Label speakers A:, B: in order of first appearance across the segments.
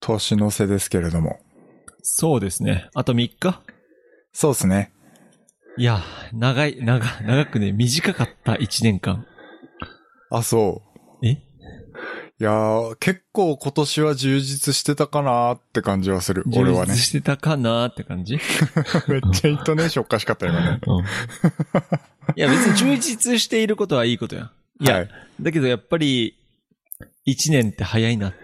A: 年の瀬ですけれども。
B: そうですね。あと3日
A: そうですね。
B: いや、長い、長、長くね、短かった1年間。
A: あ、そう。
B: え
A: いやー、結構今年は充実してたかなーって感じはする。俺は
B: 充
A: ね
B: 実。してたかなーって感じ、
A: めっちゃイントネーションおかしかったよね。
B: うん、いや、別に充実していることはいいことや。いや、
A: はい。
B: だけどやっぱり、1年って早いなって。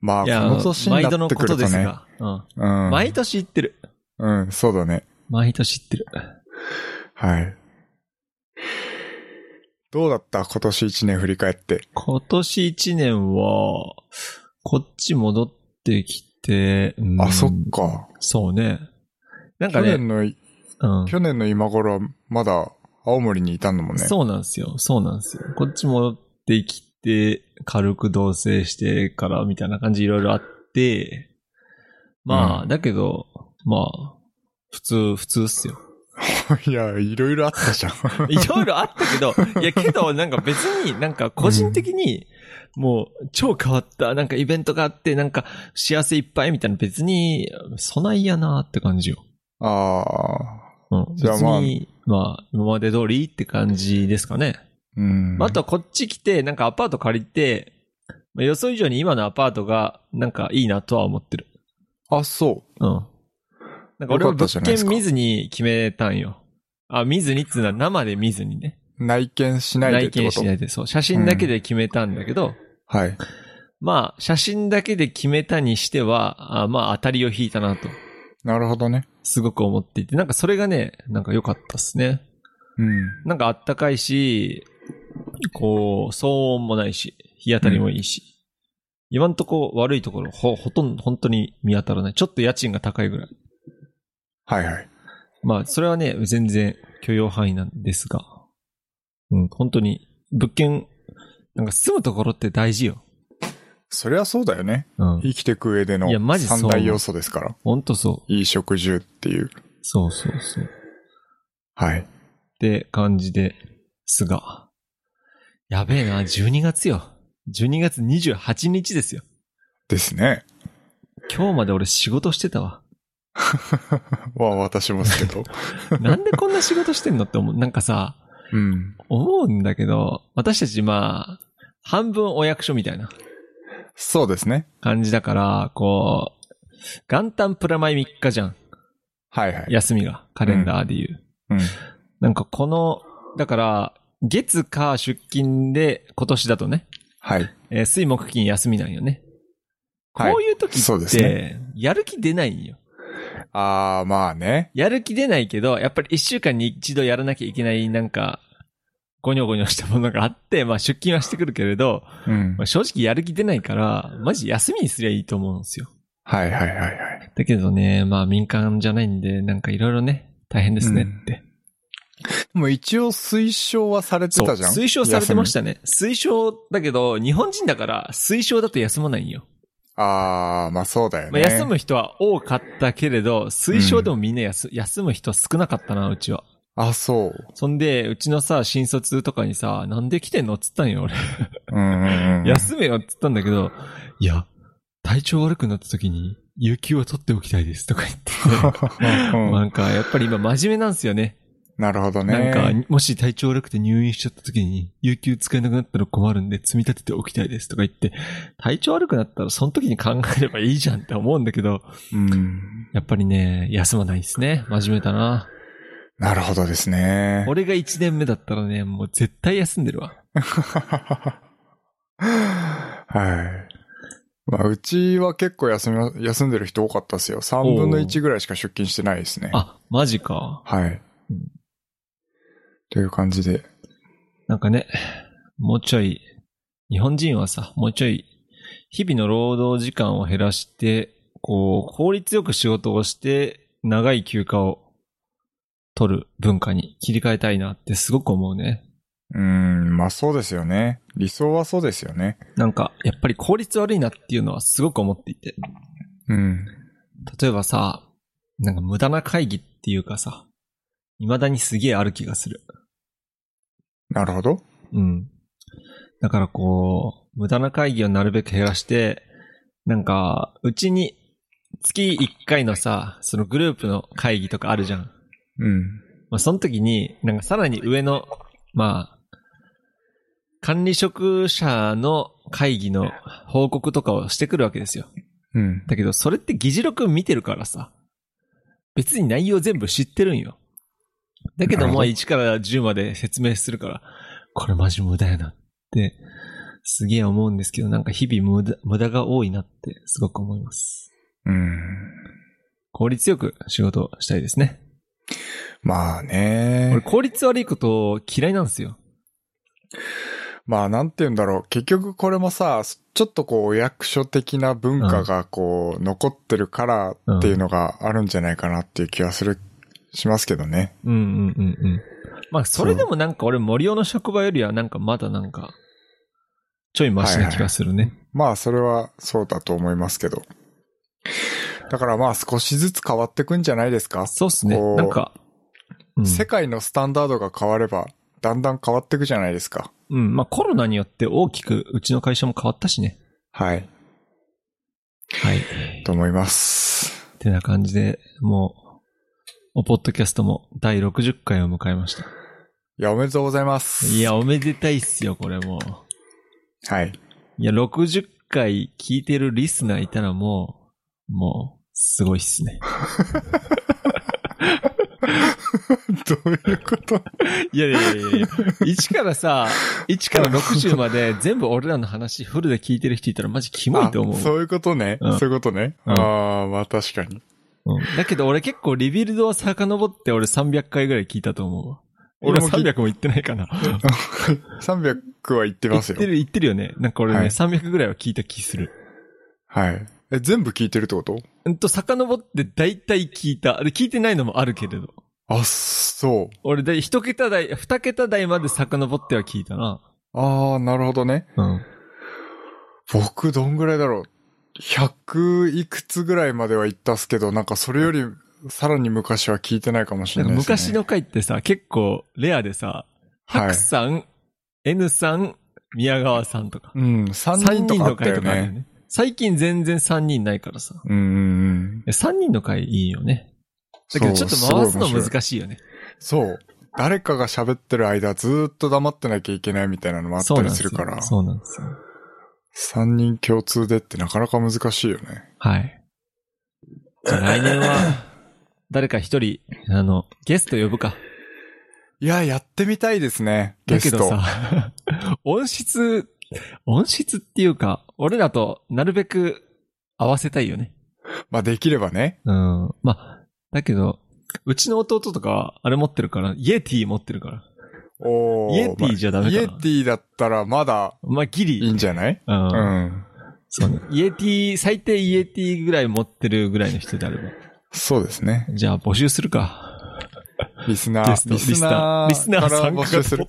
A: まあ、
B: い
A: こ
B: や、
A: の年に
B: 毎度
A: なっ
B: の
A: て
B: こ
A: くる
B: と
A: と
B: です
A: ね。
B: が。うん
A: うん。
B: 毎年言ってる。
A: うん、そうだね。
B: 毎年言ってる。
A: はい。どうだった今年一年振り返って。
B: 今年1年は、こっち戻ってきて、うん
A: あ、そっか。
B: そうね。なんか
A: 去
B: ね、
A: 年の、
B: うん
A: 去年の今頃はまだ青森にいたんだもんね。
B: そうなんですよ。そうなんですよ。こっち戻ってきて、軽く同棲してからみたいな感じいろいろあって、まあ、
A: う
B: だけど、まあ、普通、普通っすよ。
A: いや、いろいろあったじゃん。
B: いろいろあったけど、いやけどなんか別になんか個人的にもう超変わった、なんかイベントがあってなんか幸せいっぱいみたいな別に備えやなって感じよ。
A: ああ。
B: うん。別
A: じゃあまあ
B: に、まあ今まで通りって感じですかね。
A: うん。
B: まああとはこっち来てなんかアパート借りて、まあ予想以上に今のアパートがなんかいいなとは思ってる。
A: あ、そ
B: うん。なんか俺は
A: よかった
B: 物
A: じゃないです
B: 件
A: か
B: 見ずに決めたんよ。あ、見ずにっていうのは生で見ずにね。
A: う。内見しないで
B: 内
A: って
B: 見
A: こ
B: し
A: と。
B: ないで、そう。写真だけで決めたんだけど、
A: はい。
B: まあ、写真だけで決めたにしては、あまあ、当たりを引いたなと、
A: なるほどね。
B: すごく思っていて、なんかそれがね、なんか良かったっすね。
A: うん。
B: なんかあったかいし、こう、騒音もないし、日当たりもいいし。今んとこ悪いところ、ほ、ほとんど、本当に見当たらない。ちょっと家賃が高いぐらい。
A: はいはい。
B: まあ、それはね、全然許容範囲なんですが。うん、本当に、物件、なんか住むところって大事よ。
A: そりゃそうだよね。
B: うん。
A: 生きてく上での
B: いやマジそう
A: 三
B: 思う
A: 大要素ですから。
B: ほんとそう。
A: いい食住っていう。
B: そうそうそう。っ
A: はい。
B: て感じですが。やべえな、12月よ。12月28日ですよ。
A: ですね。
B: 今日まで俺仕事してたわ。
A: まあ私もですけ ど。
B: なんでこんな仕事してんのって思う。なんかさ、
A: うん。
B: 思うんだけど、私たちまあ、半分お役所みたいな
A: そうですね。
B: 感じだから、こう、元旦プラマイ3日じゃん。
A: はいはい。
B: 休みが、カレンダーでいう。
A: うん。
B: なんかこの、だから、月か出勤で、今年だとね、
A: はい。
B: えー水木金休みなんよね。
A: はい
B: こういう時
A: そう
B: っ
A: です
B: て、やる気出ないんよ。
A: ああ、まあね。
B: やる気出ないけど、やっぱり一週間に一度やらなきゃいけない、なんか、ゴニョゴニョしたものがあって、まあ出勤はしてくるけれど、
A: うん
B: まあ、。正直やる気出ないから、マジ休みにすりゃいいと思うんですよ。
A: はいはいはいはい。
B: だけどね、まあ民間じゃないんで、なんかいろいろね、大変ですねって。
A: もう一応推奨はされて
B: そう、
A: たじゃん。。
B: 推奨されてましたたね。推奨だけど、日本人だから推奨だと休まないんよ。
A: ああ、まあそうだよ
B: まあ、
A: ね。
B: 休む人は多かったけれど、推奨でもみんな休,、休む人少なかったな、うちは。
A: あ、そう。
B: そんで、うちのさ、新卒とかにさ、なんで来てんのっつったんよ、俺。
A: うんうんうん。
B: 休めよっつったんだけど、いや、体調悪くなった時に、有給を取っておきたいですとか言ってて
A: うん
B: なんか、やっぱり今真面目なんですよね。
A: なるほどね。
B: なんか、もし体調悪くて入院しちゃった時に、有給使えなくなったら困るんで、積み立てておきたいですとか言って、体調悪くなったらその時に考えればいいじゃんって思うんだけど、
A: うん。
B: やっぱりね、休まないですね。真面目だな。
A: なるほどですね。
B: 俺が1年目だったらね、もう絶対休んでるわ。
A: はい。まあ、うちは結構休みま、休んでる人多かったですよ。3分の1ぐらいしか出勤してないですね。
B: あ、マジか。
A: はい
B: うん。
A: という感じで。
B: なんかね、もうちょい、日本人はさ、もうちょい、日々の労働時間を減らして、こう、効率よく仕事をして、長い休暇を取る文化に切り替えたいなってすごく思うね。
A: うーん、まあそうですよね。理想はそうですよね。
B: なんか、やっぱり効率悪いなっていうのはすごく思っていて。
A: うん。
B: 例えばさ、なんか無駄な会議っていうかさ、未だにすげえある気がする。
A: なるほど。
B: うん。だからこう、無駄な会議をなるべく減らして、なんか、うちに月1回のさ、そのグループの会議とかあるじゃん。
A: うん。
B: まあ、その時に、なんかさらに上の、まあ、管理職者の会議の報告とかをしてくるわけですよ。
A: うん。
B: だけど、それって議事録見てるからさ、別に内容全部知ってるんよ。だけ
A: な
B: ど、
A: るほ
B: ま
A: ど
B: あ1から10まで説明するから、これマジ無駄やなって、すげえ思うんですけど、なんか日々無駄無駄が多いなってすごく思います。
A: うん。
B: 効率よく仕事をしたいですね。
A: まあね。
B: 俺効率悪いこと嫌いなんですよ。
A: まあなんて言うんだろう。結局これもさ、ちょっとこうお役所的な文化がこう残ってるからっていうのがあるんじゃないかなっていう気はする、しますけどね。
B: うんうんうんうん。まあ、それでもなんか俺森尾の職場よりはなんかまだなんか、ちょいマシな気がするね。
A: まあそれはそうだと思いますけど。だからまあ少しずつ変わってくんじゃないですか。
B: そうっすね。
A: こう
B: なんか、うん、
A: 世界のスタンダードが変われば、だんだん変わってくじゃないですか。
B: うん。まあコロナによって大きくうちの会社も変わったしね。
A: はい。
B: はい。
A: と思います。
B: てな感じで、もう、おポッドキャストも第60回を迎えました。
A: いや、おめでとうございます。
B: い。や、おめでたいっすよ、これもう。
A: はい。
B: いや、60回聞いてるリスナーいたらもう、もう、すごいっすね。
A: どういう こと
B: いやいやいやいや1からさ、1から60まで全部俺らの話フルで聞いてる人いたらマジキモいと思う
A: あ。そういうことね。
B: うん
A: そういうことね。
B: うん
A: ああ、まあ確かに。
B: うんだけど俺結構リビルドを遡って俺300回ぐらい聞いたと思うわ。俺
A: 俺
B: も
A: も聞い
B: 300も言ってないかな。
A: 300は言って
B: 言
A: ま
B: っ
A: すよ
B: て。る、言ってるよね。なんか俺ね、
A: はい
B: 300ぐらいは聞いた気する。
A: はい。え、全部聞いてるってこと
B: うんと、遡って大体聞いた。で、聞いてないのもあるけれど。
A: あ、そう。
B: 俺で一桁台、二桁台まで遡っては聞いたな。
A: ああ、なるほどね。
B: うん。
A: 僕、どんぐらいだろう。100いくつぐらいまでは行ったっすけど、なんかそれより、さらに昔は聞いてないかもし
B: な
A: れ
B: んか
A: ないです、ね。
B: 昔の回ってさ、結構レアでさ、
A: はい
B: 白さん、N さん、宮川さんとか。
A: うん、3人とかあったよ
B: 三人の回ある
A: ね。
B: ね。最近全然3人ないからさ。
A: うんうんうん。
B: 3人の回いいよね。だけどちょっと
A: そう
B: 回すの
A: ごい面白い
B: 難しいよね。
A: そう。誰かが喋ってる間ずーっと黙ってなきゃいけないみたいなのもあっ
B: そう
A: た
B: な
A: り
B: んですす
A: る
B: よ
A: から。
B: そうなんですよ。
A: 三人共通でってなかなか難しいよね。
B: はい。じゃあ来 年は、誰か一人、あの、ゲスト呼ぶか。
A: いや、やってみたいですね。
B: だ
A: ゲ
B: け
A: ス
B: ど
A: ト。
B: さ、 音質、音質っていうか、俺らとなるべく合わせたいよね。
A: まあ、できればね。
B: うん。まあ、だけど、うちの弟とか、あれ持ってるから、イエティ持ってるから。
A: おー
B: イエティじゃダメかな
A: まあイエティだったらまだ
B: まあ、ギ
A: いい
B: リ。
A: んじゃない
B: うん。
A: うん。
B: そうね。イエティ、最低イエティぐらい持ってるぐらいの人であれば。
A: そうですね。
B: じゃあ募集するか。
A: リスナ
B: ゲス
A: ー、
B: ト
A: リスナー、
B: リスナー
A: から
B: 参加
A: 募
B: 型
A: 集
B: ポ
A: す
B: ッ
A: る。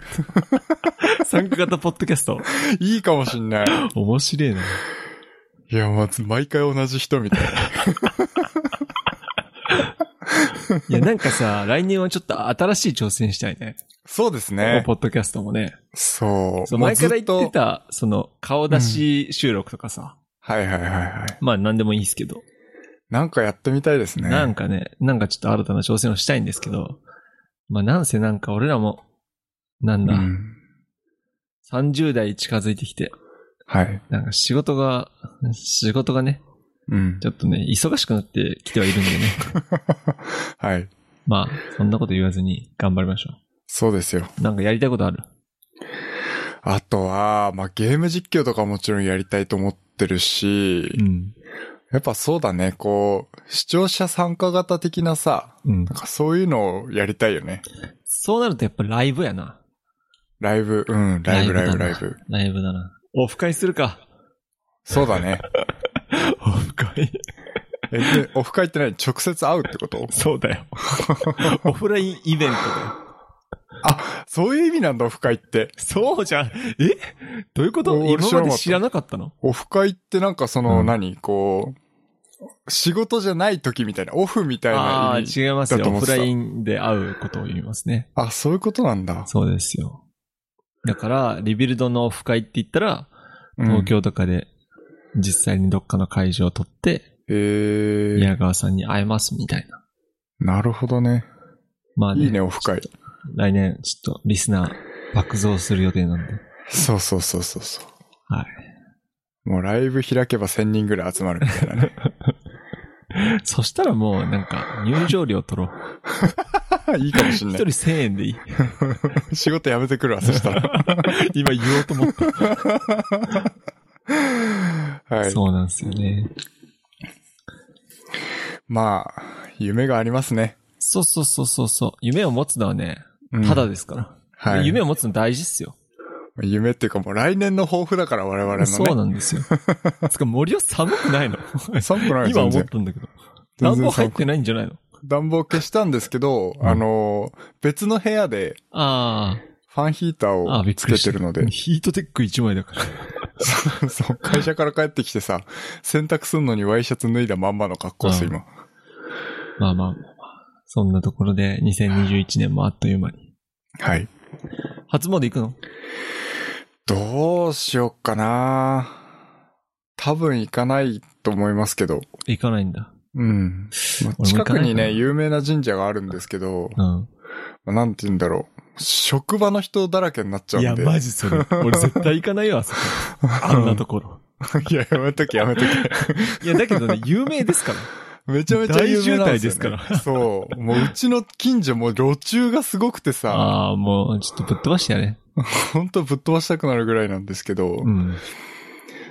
B: 参加型ポッドキャスト。
A: いいかもしんない。
B: 面白いな。
A: いや、まず、毎回同じ人みたいな。
B: いや、なんか さ、来年はちょっと新しい挑戦したいね。
A: そうですね
B: ポ。ッドキャストもね。
A: そう。
B: そう
A: もう
B: 前から
A: ず
B: 言って
A: と。
B: た、その、顔出し収録とかさ。
A: はいはいはいはい。
B: まあ、なんでもいいですけど。
A: なんかやってみたいですね。
B: なんかね、なんかちょっと新たな挑戦をしたいんですけど。まあ、なんせなんか俺らも、なんだ、
A: うん
B: 30代近づいてきて、
A: はい。
B: なんか仕事が、仕事がね、
A: うん
B: ち。ょっとね、忙しくなってきてはいるんでね。
A: はい。
B: まあ、そんなこと言わずに頑張りましょ
A: そうですよ。
B: う。なんかやりたいことある
A: あとは、まあ、ゲーム実況とかもちろんやりたいと思ってるし、
B: ん。
A: やっぱそうだね、こう、視聴者参加型的なさ、
B: うん
A: な。んかそういうのをやりたいよね。
B: そうなるとやっぱライブやな。
A: ライブ、うん、ライブ、ライブ、ライ
B: だ
A: ブ
B: な。ライブだな。オフ会するか。
A: そうだね。
B: オフ会。
A: え、で、オフ会って何直接会うってこと
B: そうだよ。 オフラインイベントだよ。
A: あ、そういう意味なんだ、オフ会って。
B: そうじゃん。えどういうこと
A: 俺
B: 今
A: 知ら
B: ま
A: なかった
B: で知らなかったの
A: オフ会ってなんかその、
B: うん
A: 何こう、仕事じゃない時みたいな、オフみたい
B: あ
A: な
B: あ
A: 意味。
B: ー、違います
A: だ
B: よ。
A: と
B: オ
A: 思っ
B: フ
A: てた
B: ラインで会うことを言いますね。
A: あ、そういうことなんだ。
B: そうですよ。だから、リビルドのオフ会って言ったら、
A: うん
B: 東京とかで、実際にどっかの会場を取って、
A: ええ
B: 宮川さんに会えますみたいな。
A: なるほどね。
B: まあね、
A: いいね、オフ会。
B: 来年ちょっとリスナー爆増する予定なんで。
A: そうそうそうそうそう。。
B: はい
A: もうライブ開けば1000人ぐらい集まるみたいな ね。
B: そしたらもうなんか入場料取ろう。
A: いいかもしん
B: 一
A: な
B: 人1000円でいい。
A: い。 仕事辞めてくるわ、そした ら。
B: 今言おうと思った。
A: はい。
B: そうなんですよね。
A: まあ、夢がありますね。
B: そうそうそうそうそう。夢を持つのはね、
A: うん
B: ただですから。
A: はい。
B: 夢を持つの大事っすよ。
A: 夢っていうかもう来年の抱負だから我々のね。
B: そうなんです よ。つか森は寒くないの
A: 寒くないです全
B: 今思っ
A: 然
B: たんだけど。
A: 全然寒
B: 暖
A: く
B: 房入ってないんじゃないの
A: 暖房消したんですけど、
B: うん
A: あの、別の部屋で
B: あ
A: ファンヒーター
B: あ。ああ、
A: を
B: びっ
A: つ
B: く
A: け
B: りして
A: てる ので、
B: ヒートテック1枚だから。
A: そう、会社から帰ってきてさ、洗濯すんのにワイシャツ脱いだまんまの格好です、
B: うん
A: 今。
B: まあまあまあまあ。そんなところで2021年もあっという間に。
A: はい。
B: 初詣行くの
A: どうしよっかな多分行かないと思いますけど。
B: 行かないんだ。
A: うん。まあ
B: 俺も行
A: 近
B: かな
A: く
B: い
A: に
B: かな
A: ね、有名な神社があるんですけど、
B: うん。
A: まあなんて言うんだろう。職場の人だらけになっちゃ
B: い
A: うん
B: や、
A: で。
B: マジそれ。俺絶対行かないわ、あそこ。あんなところ。
A: いや、やめとけ、やめ とけ。
B: いや、だけ どね、有名ですから。
A: めちゃめちゃ有名なんですよ、ね。
B: 大渋滞ですから
A: そう。もううちの近所も路中がすごくてさ、
B: ああ、もう、ちょっとぶっ飛ばしてやれ。
A: ほんとぶっ飛ばしたくなるぐらいなんですけど、
B: うん。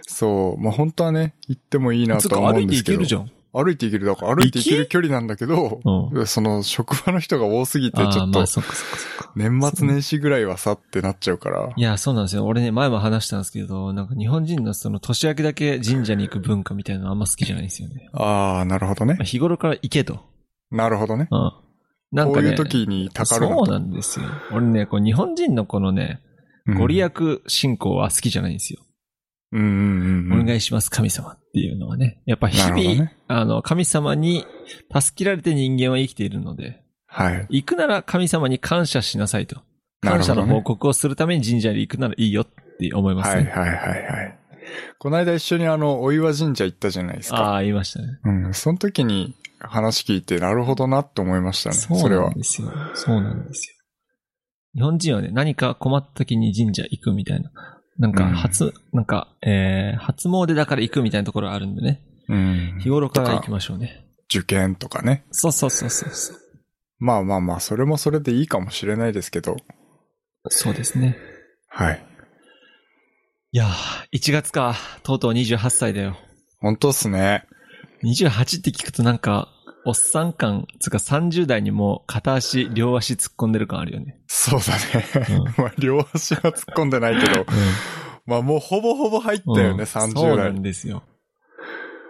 A: そう。まあ本当はね、行ってもいいな
B: そっ
A: と
B: か、
A: は思う
B: 歩
A: ん
B: い
A: で
B: て
A: す
B: 行
A: け
B: け
A: ど。
B: るじゃん。
A: 歩いて行ける。だから歩いて行ける距離なんだけど、
B: うん。
A: その職場の人が多すぎて、ち
B: あ
A: ょ
B: あ
A: っ
B: ま
A: と
B: あ、そっかそっかそっか。
A: 年末年始ぐらいはさってなっちゃうから。
B: いや、そうなんですよ。俺ね、前も話したんですけど、なんか日本人のその年明けだけ神社に行く文化みたいなのあんま好きじゃないんですよね。
A: ああ、なるほどね
B: まあ、。日頃から行けと。
A: なるほどね。
B: うん。なん
A: こう
B: かね、
A: いう時にたかる
B: そう
A: なと。
B: なんですよ。俺ね、こう日本人のこのね、ご利
A: 益。
B: 益信仰は好きじゃないんですよ。
A: うんうんうんうん。
B: お願いします、神様っていうのはね。やっぱ日
A: なる
B: 々、
A: ほどね。
B: あの、神様に助けられて人間は生きているので、
A: はい。
B: 行くなら神様に感謝しなさいと。
A: なる
B: 感
A: ほ
B: 謝
A: ど
B: の
A: ね
B: 報告をするために神社に行くならいいよって思います
A: はい
B: ね。
A: はいはいはい。この間一緒にあの、お岩神社行ったじゃないですか。
B: ああ、言いましたね。
A: うん。その時に話聞いて、なるほどなって思いましたね。そ
B: そう
A: れ
B: な
A: は
B: ん。ですよ。そうなんですよ。日本人はね、何か困った時に神社行くみたいな。なんか、
A: うん
B: 初、なんか、えー、初詣だから行くみたいなところあるんでね。
A: うん
B: 日。頃から
A: とか
B: 行きましょうね。
A: 受験とかね。
B: そうそうそうそうそう。
A: まあまあまあ、それもそれでいいかもしれないですけど。
B: そうですね。
A: はい。
B: いやー、1月か。とうとう28歳だよ。
A: 本当っすね。
B: 28って聞くとなんか、おっさん感、つうか30代にもう片足、両足突っ込んでる感あるよね。
A: そうだね。 まあ、両足は突っ込んでないけど。まあもうほぼほぼ入ったよね、
B: うんそ
A: 30
B: うな
A: 代
B: ん。ですよ。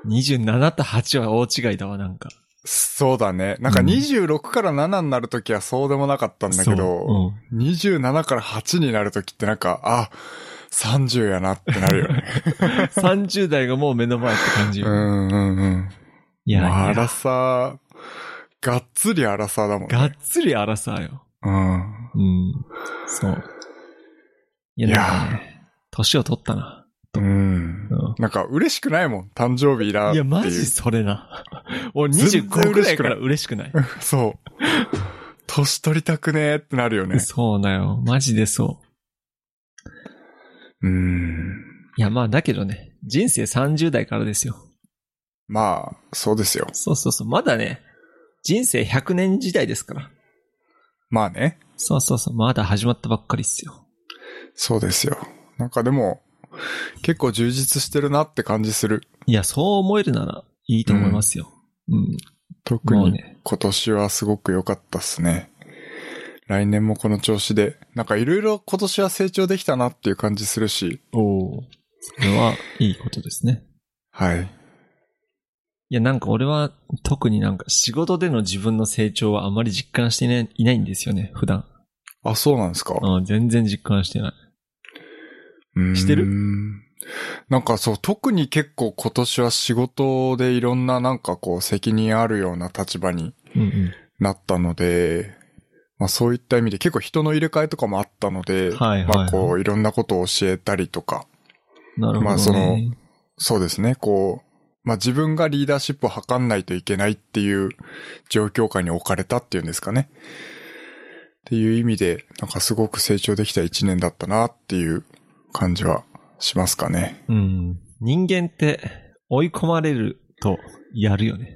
B: 27と8は大違いだわ、なんか。
A: そうだね。なんか
B: うん
A: 26から7になるときはそうでもなかったんだけど、
B: そう
A: 27から8になるときってなんか、あ、30やなってなるよね。
B: うん、30代が もう目の前って感じ。
A: うんうんうん。
B: いや、
A: まあ、
B: い
A: ア
B: や
A: ラサー、がっつりアラサーだもんね。
B: がっつり荒さよ。
A: うん。
B: うん。そう。いや、
A: いや
B: なんかね、年を取ったな。
A: うん。
B: う
A: なんか嬉しくないもん。誕生日だっ
B: ん、い
A: てい
B: や、
A: う。
B: マジそれ な。俺
A: 全然
B: 25
A: 嬉
B: くら
A: し
B: い
A: く
B: か
A: ない
B: ら嬉しくない。
A: そう。年取りたくねえってなるよね。
B: そうだよ。マジでそう。
A: うん。
B: いや、まあ、だけどね、人生30代からですよ。
A: まあ、そうですよ。
B: そうそうそう。まだね、人生100年時代ですから。
A: まあね。
B: そうそうそう。まだ始まったばっかりっすよ。
A: そうですよ。なんかでも、結構充実してるなって感じする。
B: いや、そう思えるならいいと思いますよ。うん。
A: 特
B: もう
A: に
B: ね
A: 今年はすごく良かったっすね。来年もこの調子で、なんかいろいろ今年は成長できたなっていう感じするし、
B: おお。それはいいことですね。
A: はい。
B: いや、なんか俺は特になんか仕事での自分の成長はあまり実感していないいないんですよね、普段。
A: あ、そうなんですか
B: うん、全然実感してない。
A: して
B: る
A: なんかそう、特に結構今年は仕事でいろんななんかこう責任あるような立場に
B: うんうん。
A: なったので、まあそういった意味で結構人の入れ替えとかもあったので、
B: はいはいはい
A: まあこういろんなことを教えたりとか、
B: なるほど、ね。
A: まあそのそうですね、こう、まあ、自分がリーダーシップを図んないといけないっていう状況下に置かれたっていうんですかね。っていう意味で、なんかすごく成長できた一年だったなっていう感じはしますかね。
B: うん。人間って追い込まれるとやるよね。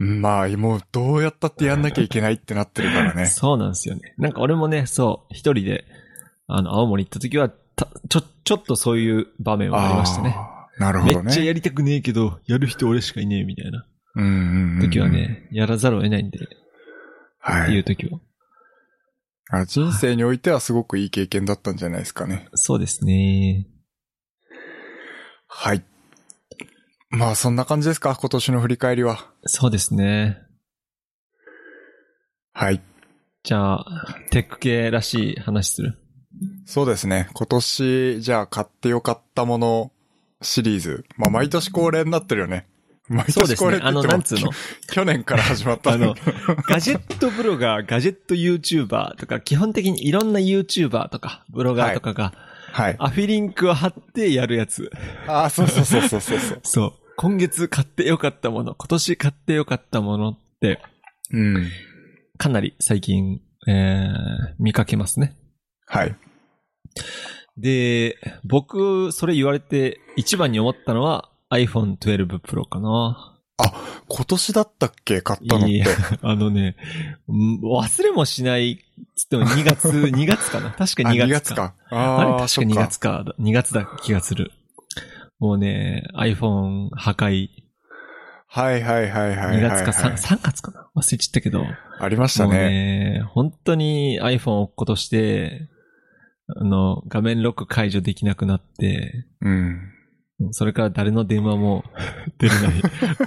A: うんまあ、もうどうやったってやんなきゃいけないってなってるからね。
B: そうなんですよね。なんか俺もね、そう、一人で、あの、青森行った時は、たちょ、ちょっとそういう場面はありましたね。
A: あーなるほ
B: め
A: どね。
B: っちゃやりたくねえけど、やる人俺しかいねえみたいな
A: うんうんうん。
B: 時は。ね、やらざるを得ないんで、っ
A: は
B: ていう
A: い。
B: 時は。
A: あ人生においてはすごくいい経験だったんじゃないですかね。
B: そうですね。
A: はい。まあ、そんな感じですか、今年の振り返りは。
B: そうですね。
A: はい。
B: じゃあ、テック系らしい話する。
A: そうですね。今年、じゃあ買ってよかったものシリーズ。まあ、毎年恒例になってるよね。毎
B: そう
A: 年
B: です
A: 恒例っ。
B: ね
A: て言
B: あ
A: っ
B: の、
A: て
B: な
A: も
B: んつうの
A: き 去年から始まった
B: あ
A: んだ
B: の
A: けど、
B: ガジェットブロガー、ガジェット YouTuber とか、基本的にいろんな YouTuber とか、ブロガーとかが、
A: はい。
B: アフィリンクを貼ってやるやつ。
A: ああ、そうそうそうそうそうそう。
B: そう。今月買ってよかったもの、今年買ってよかったものって、
A: うん。
B: かなり最近、えー、見かけますね。
A: はい。
B: で、僕、それ言われて一番に思ったのは iPhone 12 Pro かな。
A: 今年だったっけ買ったのっ
B: い
A: て
B: や。あのね、うん忘れもしない、つっても2月、2月かな。確か
A: あ、
B: 2
A: 2
B: 月
A: 月
B: か。
A: か。
B: あれ
A: ああ、
B: 確か
A: そっ
B: 2
A: か。
B: 月か。2月だ気がする。もうね、iPhone 破壊。
A: はいはいはいはいはいは
B: 2
A: い。
B: 月か 3, 3月かな忘れちゃったけど。
A: ありました
B: もう
A: ね。
B: ね、本当に iPhone を落っことして、あの、画面ロック解除できなくなって、
A: うん。
B: それから誰の電話 も出れ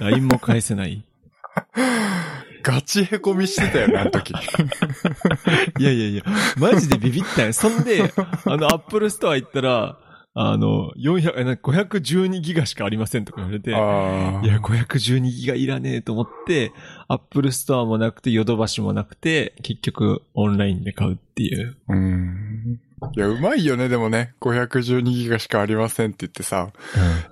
B: ない。LINE も返せない。
A: ガチへこみしてたよね、あの 時。
B: いやいやいや、マジでビビったよ。そんで、あの、Apple Store 行ったら、あの、400、えな512ギガしかありませんとか言われて、いや、
A: ああ。
B: 512ギガいらねえと思って、Apple Store もなくて、ヨドバシもなくて、結局、オンラインで買うっていう。
A: うん。いや、うまいよね、でもね。512ギガしかありませんって言ってさ、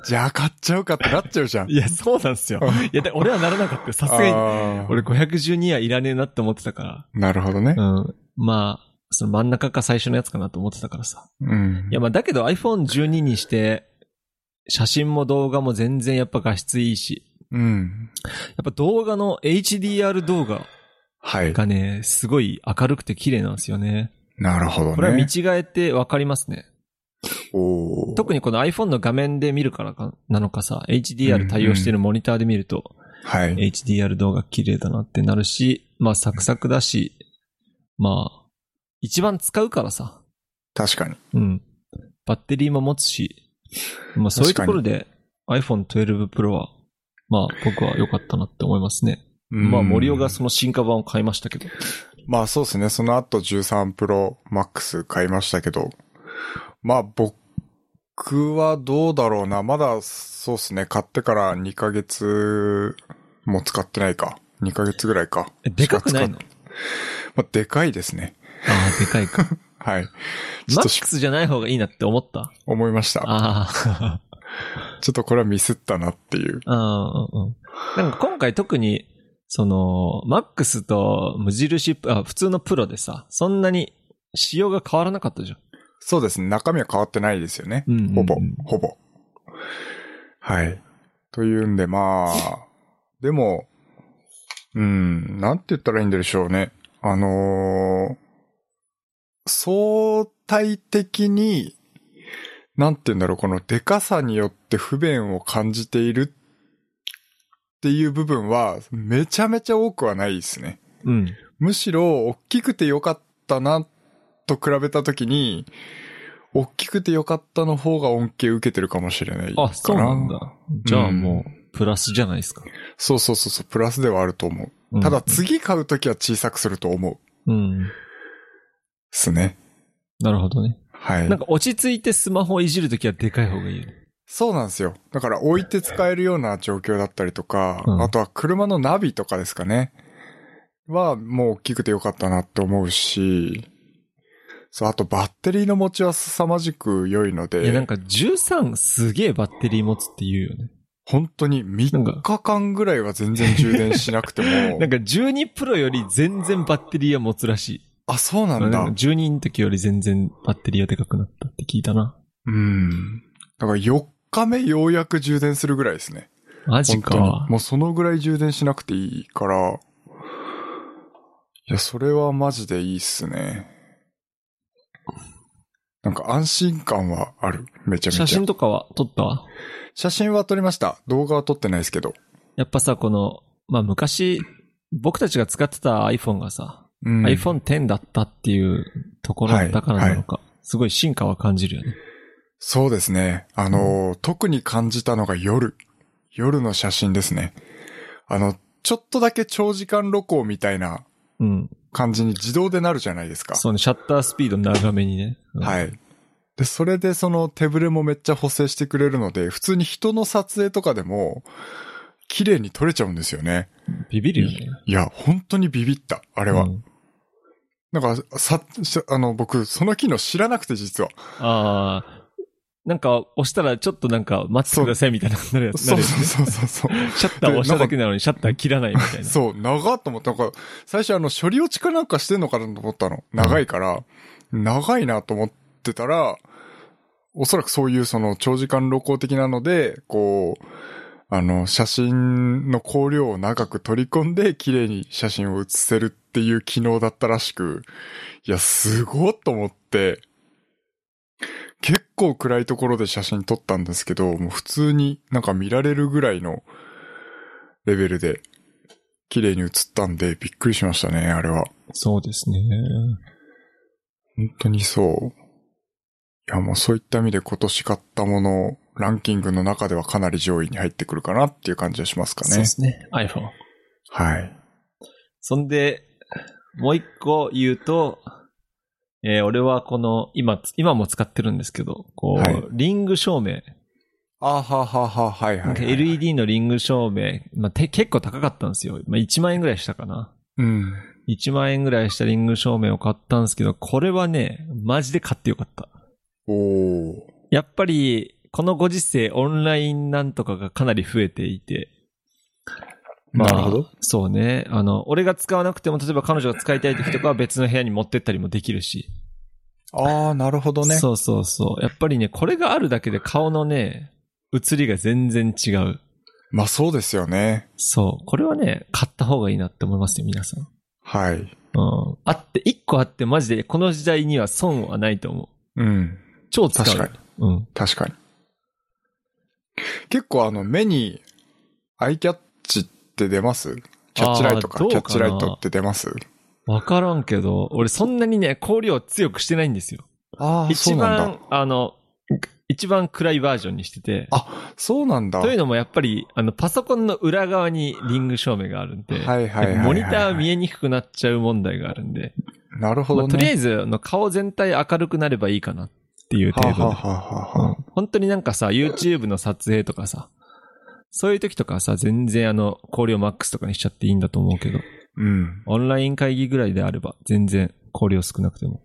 A: じゃあ買っちゃうかってなっちゃうじゃん。
B: いや、そうなんですよ。いや、で俺はならなかったよ。さすがに。
A: あー
B: 俺512はいらねえなって思ってたか
A: なるほどね。
B: ら。うん。まあ、その真ん中か最初のやつかなと思ってたからさ。
A: うん。
B: いや、まあだけど iPhone12 にして、写真も動画も全然やっぱ画質いいし、
A: うん。
B: やっぱ動画の HDR 動画
A: はい。
B: がね、すごい明るくて綺麗なんですよね。
A: なるほどね。
B: これは見違えてわかりますね。
A: おー
B: 特にこの iPhone の画面で見るからか、なのかさ、HDR 対応してるモニターで見ると、
A: はい。
B: HDR 動画綺麗だなってなるし、まあサクサクだし、まあ、一番使うからさ、
A: 確かに。
B: うん。バッテリーも持つし、まあそういうところで iPhone 12 Pro は、まあ僕は良かったなって思いますね。まあ森尾がその進化版を買いましたけど。
A: まあそうですね。その後13 Pro Max 買いましたけど。まあ僕はどうだろうな。まだそうですね。買ってから2ヶ月も使ってないか。2ヶ月ぐらいか。
B: えでかくないの
A: まあでかいですね。
B: ああ、でかい か。
A: はい。ちょ
B: マ
A: っと
B: ッ
A: し
B: クスじゃない方がいいなって思った。
A: 思いました。
B: ああ
A: ちょっとこれはミスったなっていう。
B: ああ、うんうん。なんか今回特に、その、マックスと無印プ、あ、普通のプロでさ、そんなに仕様が変わらなかったじゃん。
A: そうですね。中身は変わってないですよね。
B: うんうんうん
A: ほぼ、ほぼ。はい。というんで、まあ、でも、うん、なんて言ったらいいんでしょうね。あのー相対的に、なんて言うんだろう、このデカさによって不便を感じているっていう部分は、めちゃめちゃ多くはないですね。
B: うん。
A: むしろ大きくて良かったなと比べたときに、大きくて良かったの方が恩恵受けてるかもしれないかな。
B: あ、そうなんだ。じゃあもう、プラスじゃないですか。
A: そうそうそうそう、プラスではあると思う。ただ次買うときは小さくすると思う。
B: うん、うん。
A: すね。
B: なるほどね。
A: はい
B: なん。か落ち着いてスマホをいじるときはでかい方がいいよね。
A: そうなんですよ。だから置いて使えるような状況だったりとか、
B: うん
A: あとは車のナビとかですかね。は、もう大きくて良かったなって思うし、そう、あとバッテリーの持ちは凄まじく良いの
B: いや、なん
A: で、
B: か13すげえバッテリー持つって言うよね。
A: 本当に3日間ぐらいは全然充電しなくても
B: なん、か12プロより全然バッテリーは持つらしい。
A: あ、そうなんだ
B: なんか。12の時より全然バッテリーはでかくなったって聞いたな。
A: うん。だから4日目ようやく充電するぐらいですね。
B: マジ
A: 本当に
B: か。
A: もうそのぐらい充電しなくていいから、いや、それはマジでいいっすね。なんか安心感はある。めちゃめちゃ。
B: 写真とかは撮ったわ。
A: 写真は撮りました。動画は撮ってないですけど。
B: やっぱさ、この、まあ昔、僕たちが使ってた iPhone がさ、
A: うん、
B: iPhone X だったっていうところだからなのか、すごい進化は感じるよね。
A: そうですね。あのー、特に感じたのが夜。夜の写真ですね。あの、ちょっとだけ長時間露光みたいな
B: うん。
A: 感じに自動でなるじゃないですか。
B: そうね、シャッタースピード長めにね。うん
A: はい。で、それでその手ぶれもめっちゃ補正してくれるので、普通に人の撮影とかでも、綺麗に撮れちゃうんですよね。
B: ビビるよね。
A: いや、本当にビビった、あれは。
B: うん
A: なんか、さ、しあの、僕、その機能知らなくて実は。
B: ああ。なんか、押したらちょっとなんか、待ってくださいみたいななるやつ。
A: そう
B: なる
A: そうそうそう
B: やつシャッター押しただけなのにシャッター切らないみたいな。
A: そう。そう、長っと思った。なんか、最初あの、処理落ちかなんかしてんのかなと思ったの。長いから、長いなと思ってたら、おそらくそういうその長時間露光的なので、こう、あの、写真の光量を長く取り込んで、綺麗に写真を写せるっていう機能だったらしく、いや、すごっと思って、結構暗いところで写真撮ったんですけど、もう普通になんか見られるぐらいのレベルで綺麗に写ったんでびっくりしましたね、あれは。
B: そうですね。
A: 本当にそう。いや、もうそういった意味で今年買ったもの、ランキングの中ではかなり上位に入ってくるかなっていう感じはしますか
B: そう
A: ね
B: で。すね。iPhone。
A: はい。
B: そんで、もう一個言うと、えー俺はこの、今、今も使ってるんですけど、こう、
A: はい
B: リング照明。
A: あははは、はい
B: なんか LED のリング照明、まあ、て結構高かったんですよ。まあ、1万円ぐらいしたかな。
A: うん。
B: 1万円ぐらいしたリング照明を買ったんですけど、これはね、マジで買ってよかった。
A: おー。
B: やっぱり、このご時世、オンラインなんとかがかなり増えていて。まあ
A: なるほど。。
B: そうね。あの、俺が使わなくても、例えば彼女が使いたい時とかは別の部屋に持ってったりもできるし。
A: あー、なるほどね。
B: そうそうそう。やっぱりね、これがあるだけで顔のね、映りが全然違う。
A: まあそうですよね。
B: そう。これはね、買った方がいいなって思いますよ、皆さん。
A: はい。
B: うん。あって、一個あってマジで、この時代には損はないと思
A: うん。
B: う。超使う。
A: 確かに。
B: うん。
A: 確かに。結構あの目にアイキャッチって出ますキャッチライトか
B: あーど
A: キャ
B: うかな
A: ッチライトって出ます
B: わからんけど、俺そんなにね、光量強くしてないんですよ。
A: ああ、そ
B: 一
A: うなんだ。
B: 番、あの、一番暗いバージョンにしてて。
A: あ、そうなんだ。
B: というのもやっぱり、あの、パソコンの裏側にリング照明があるんで、
A: はいはいはいはい
B: モニター見えにくくなっちゃう問題があるんで、
A: なるほ
B: まあ
A: ど
B: とりあ
A: ね。
B: えず、あの顔全体明るくなればいいかなっていう程度で。
A: はあはあはあはあ
B: うん本当になんかさ、YouTube の撮影とかさ、そういう時とかはさ、全然あの、光量マックスとかにしちゃっていいんだと思うけど、
A: うん。
B: オンライン会議ぐらいであれば、全然光量少なくても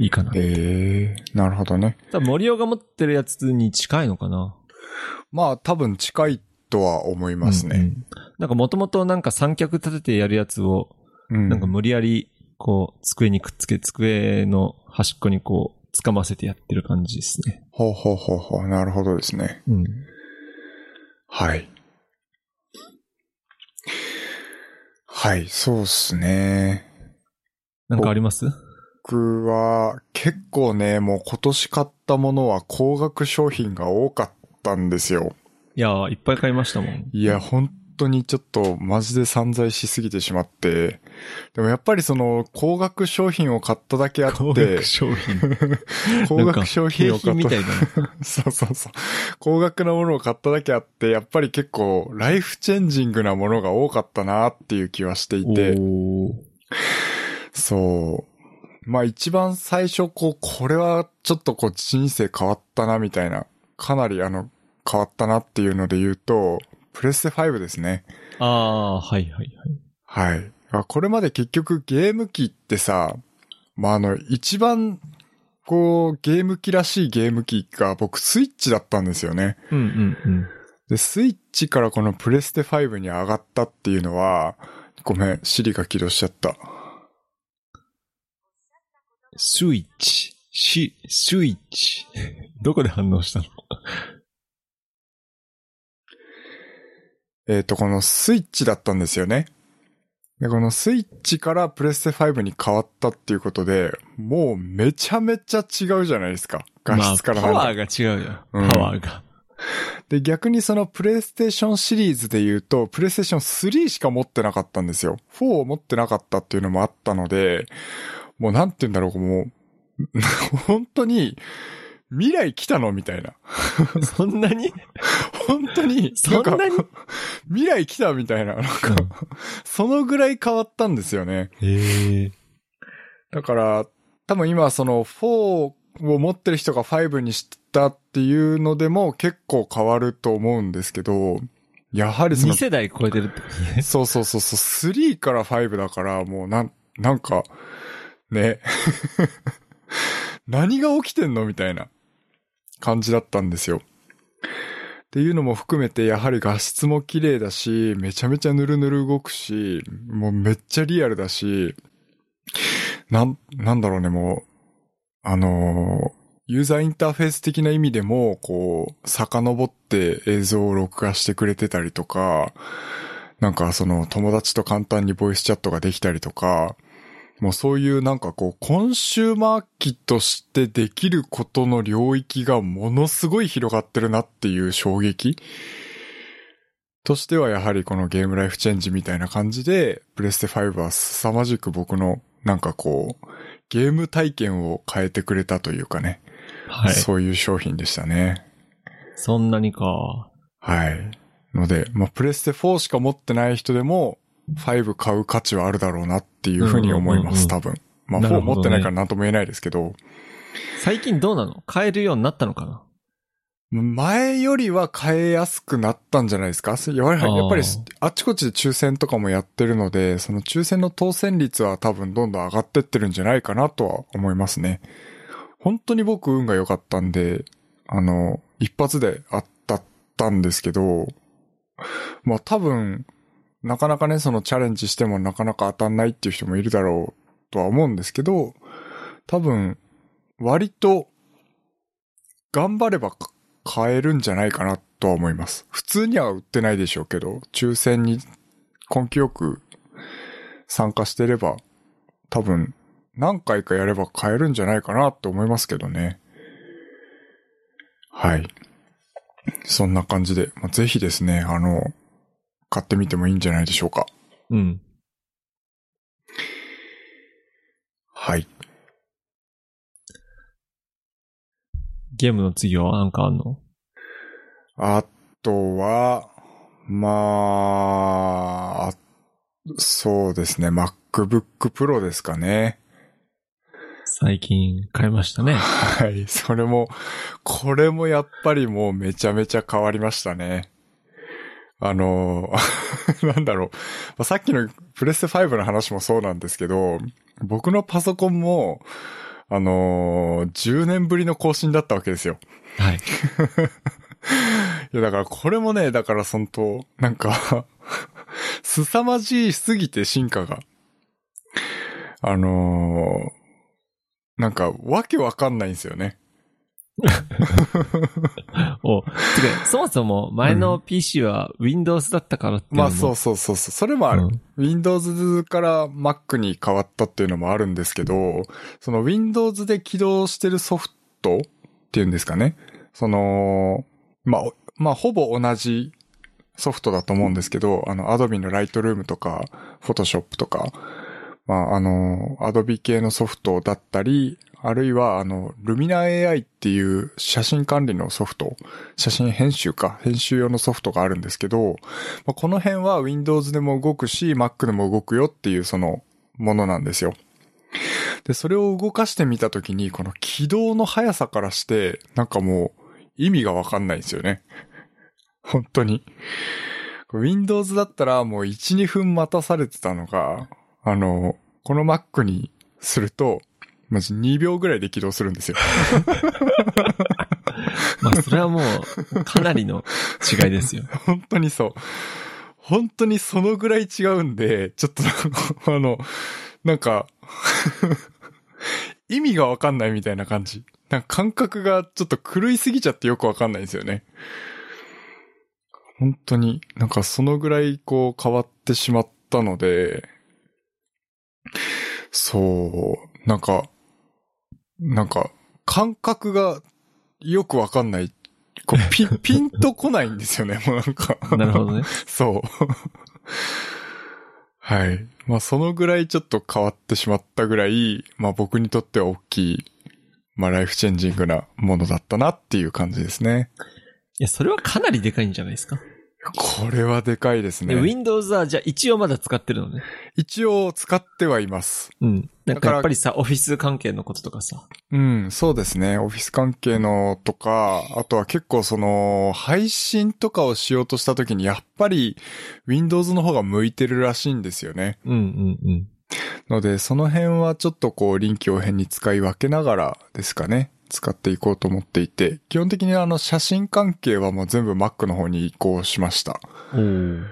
B: いいかな。
A: ええなるほどね。
B: 多分森尾が持ってるやつに近いのかな。
A: まあ多分近いとは思います
B: うんう
A: ね。
B: んなんかもともとなんか三脚立ててやるやつを、
A: うん。
B: なんか無理やり、こう、机にくっつけ、机の端っこにこう、掴ませてやってる感じですね。
A: ほうほうほうほう。なるほどですね。
B: うん。
A: はい。はい、そうっすね。
B: なんかあります
A: 僕は結構ね、もう今年買ったものは高額商品が多かったんですよ。
B: いやー、いっぱい買いましたもん。
A: いや、本当にちょっとマジで散財しすぎてしまって。でもやっぱりその高額商品を買っただけあって、
B: 高額商品。
A: 高額商品
B: 景
A: を買
B: 品
A: っ
B: み
A: た
B: たい な。
A: そうそうそう。高額なものを買っただけあって、やっぱり結構ライフチェンジングなものが多かったなっていう気はしていて、
B: おー
A: そう。まあ一番最初、こう、これはちょっとこう人生変わったなみたいな、かなりあの、変わったなっていうので言うと、プレステ5ですね。
B: あー、はいはいはい。
A: はい。あこれまで結局ゲーム機ってさ、まあ、あの、一番、こう、ゲーム機らしいゲーム機が僕スイッチだったんですよね。
B: うんうんうん。
A: で、スイッチからこのプレステ5に上がったっていうのは、ごめん、シリが起動しちゃった。
B: スイッチ。し、スイッチ。 どこで反応したの
A: えっ、と、このスイッチだったんですよね。で、このスイッチからプレステ5に変わったっていうことで、もうめちゃめちゃ違うじゃないですか。画質から
B: ま
A: な
B: あ
A: んか
B: パワーが違うじゃ
A: うん
B: ん。パワーが。
A: で、逆にそのプレイステーションシリーズで言うと、プレイステーション3しか持ってなかったんですよ。4を持ってなかったっていうのもあったので、もうなんて言うんだろう、もう、 本当に、未来来たのみたいな。
B: そんなに
A: 本当に、
B: そんなに
A: んか未来来たみたいな。なんか、そのぐらい変わったんですよね。
B: へえ。
A: だから、多分今その4を持ってる人が5にしたっていうのでも結構変わると思うんですけど、やはりその
B: 2世代超えてるってことね。
A: そうそうそうそう、3から5だから、もうなん、なんか、ね。 何が起きてんのみたいな感じだったんですよ。っていうのも含めて、やはり画質も綺麗だし、めちゃめちゃぬるぬる動くし、もうめっちゃリアルだし、なん、なんだろうね、もう、あのーユーザーインターフェース的な意味でも、こう、遡って映像を録画してくれてたりとか、なんかその友達と簡単にボイスチャットができたりとか、もうそういうなんかこう、コンシューマー機としてできることの領域がものすごい広がってるなっていう衝撃としてはやはりこのゲームライフチェンジみたいな感じで、プレステ5は凄まじく僕のなんかこう、ゲーム体験を変えてくれたというかね、
B: はい。
A: そういう商品でしたね。
B: そんなにか。
A: はい。ので、まあ、プレステ4しか持ってない人でも、5買う価値はあるだろうなっていうふうに思いま
B: う
A: す、
B: んうん
A: 多分。まあ、
B: なる
A: 4
B: ほどね
A: 持ってないからなんとも言えないですけど、
B: 最近どうなの買えるようになったのかな
A: 前よりは買えやすくなったんじゃないですかやはり
B: あー
A: やっぱり、あっちこっちで抽選とかもやってるので、その抽選の当選率は多分どんどん上がってってるんじゃないかなとは思いますね。本当に僕運が良かったんで、あの、一発で当たったんですけど、まあ多分、なかなかね、そのチャレンジしてもなかなか当たんないっていう人もいるだろうとは思うんですけど、多分、割と、頑張ればか買えるんじゃないかなとは思います。普通には売ってないでしょうけど、抽選に根気よく参加してれば、多分、何回かやれば買えるんじゃないかなと思いますけどね。はい。そんな感じで、まあぜひですね、あの、買ってみてもいいんじゃないでしょうか。
B: うん。
A: はい。
B: ゲームの次はなんかあんの
A: あとは、まあ、そうですね、MacBook Pro ですかね。
B: 最近買いましたね。
A: はい。それも、これもやっぱりもうめちゃめちゃ変わりましたね。あの、 なんだろう。まあさっきのプレステ5の話もそうなんですけど、僕のパソコンも、あの10年ぶりの更新だったわけですよ。
B: はい。
A: いや、だからこれもね、だからそのと、なんか、凄まじいすぎて進化が。あのーなんか、わけわかんないんですよね。
B: お、てか、そもそも前の PC は Windows だったからっていうの
A: ま
B: も
A: あそうそうそうそう。それもある。
B: うん
A: Windows から Mac に変わったっていうのもあるんですけど、その Windows で起動してるソフトっていうんですかね。その、まあ、おまあ、ほぼ同じソフトだと思うんですけど、あの、Adobe の Lightroom とか、Photoshop とか、まあ、あの、Adobe 系のソフトだったり、あるいは、あの、Lumina AI っていう写真管理のソフト、写真編集か、編集用のソフトがあるんですけど、まあこの辺は Windows でも動くし、Mac でも動くよっていうそのものなんですよ。で、それを動かしてみたときに、この起動の速さからして、なんかもう意味がわかんないんですよね。本当に。Windows だったらもう1、2分待たされてたのが、あの、この Mac にすると、まじ2秒ぐらいで起動するんですよ。
B: まあ、それはもう、かなりの違いですよ。
A: 本当にそう。本当にそのぐらい違うんで、ちょっと なんか、あの、なんか 意味がわかんないみたいな感じ。なんか感覚がちょっと狂いすぎちゃってよくわかんないんですよね。本当に、なんかそのぐらいこう変わってしまったので、そう、なんか、なんか感覚がよくわかんない。こうピン、 ピンとこないんですよね、もうなんか。
B: なるほどね。
A: そう。 はい。まあ、そのぐらいちょっと変わってしまったぐらい、まあ僕にとっては大きい、まあライフチェンジングなものだったなっていう感じですね。
B: いや、それはかなりでかいんじゃないですか。
A: これはでかいです
B: で、
A: ね。
B: Windows は、じゃあ一応まだ使ってるのね。
A: 一応使ってはいます。
B: うん。
A: だ
B: なん
A: か
B: からやっぱりさ、オフィス関係のこととかさ。
A: うん、そうですね。オフィス関係のとか、あとは結構その、配信とかをしようとした時に、やっぱり Windows の方が向いてるらしいんですよね。
B: うんうんうん。
A: ので、その辺はちょっとこう臨機応変に使い分けながらですかね、使っていこうと思っていて、基本的にあの写真関係はもう全部 Mac の方に移行しました。
B: おー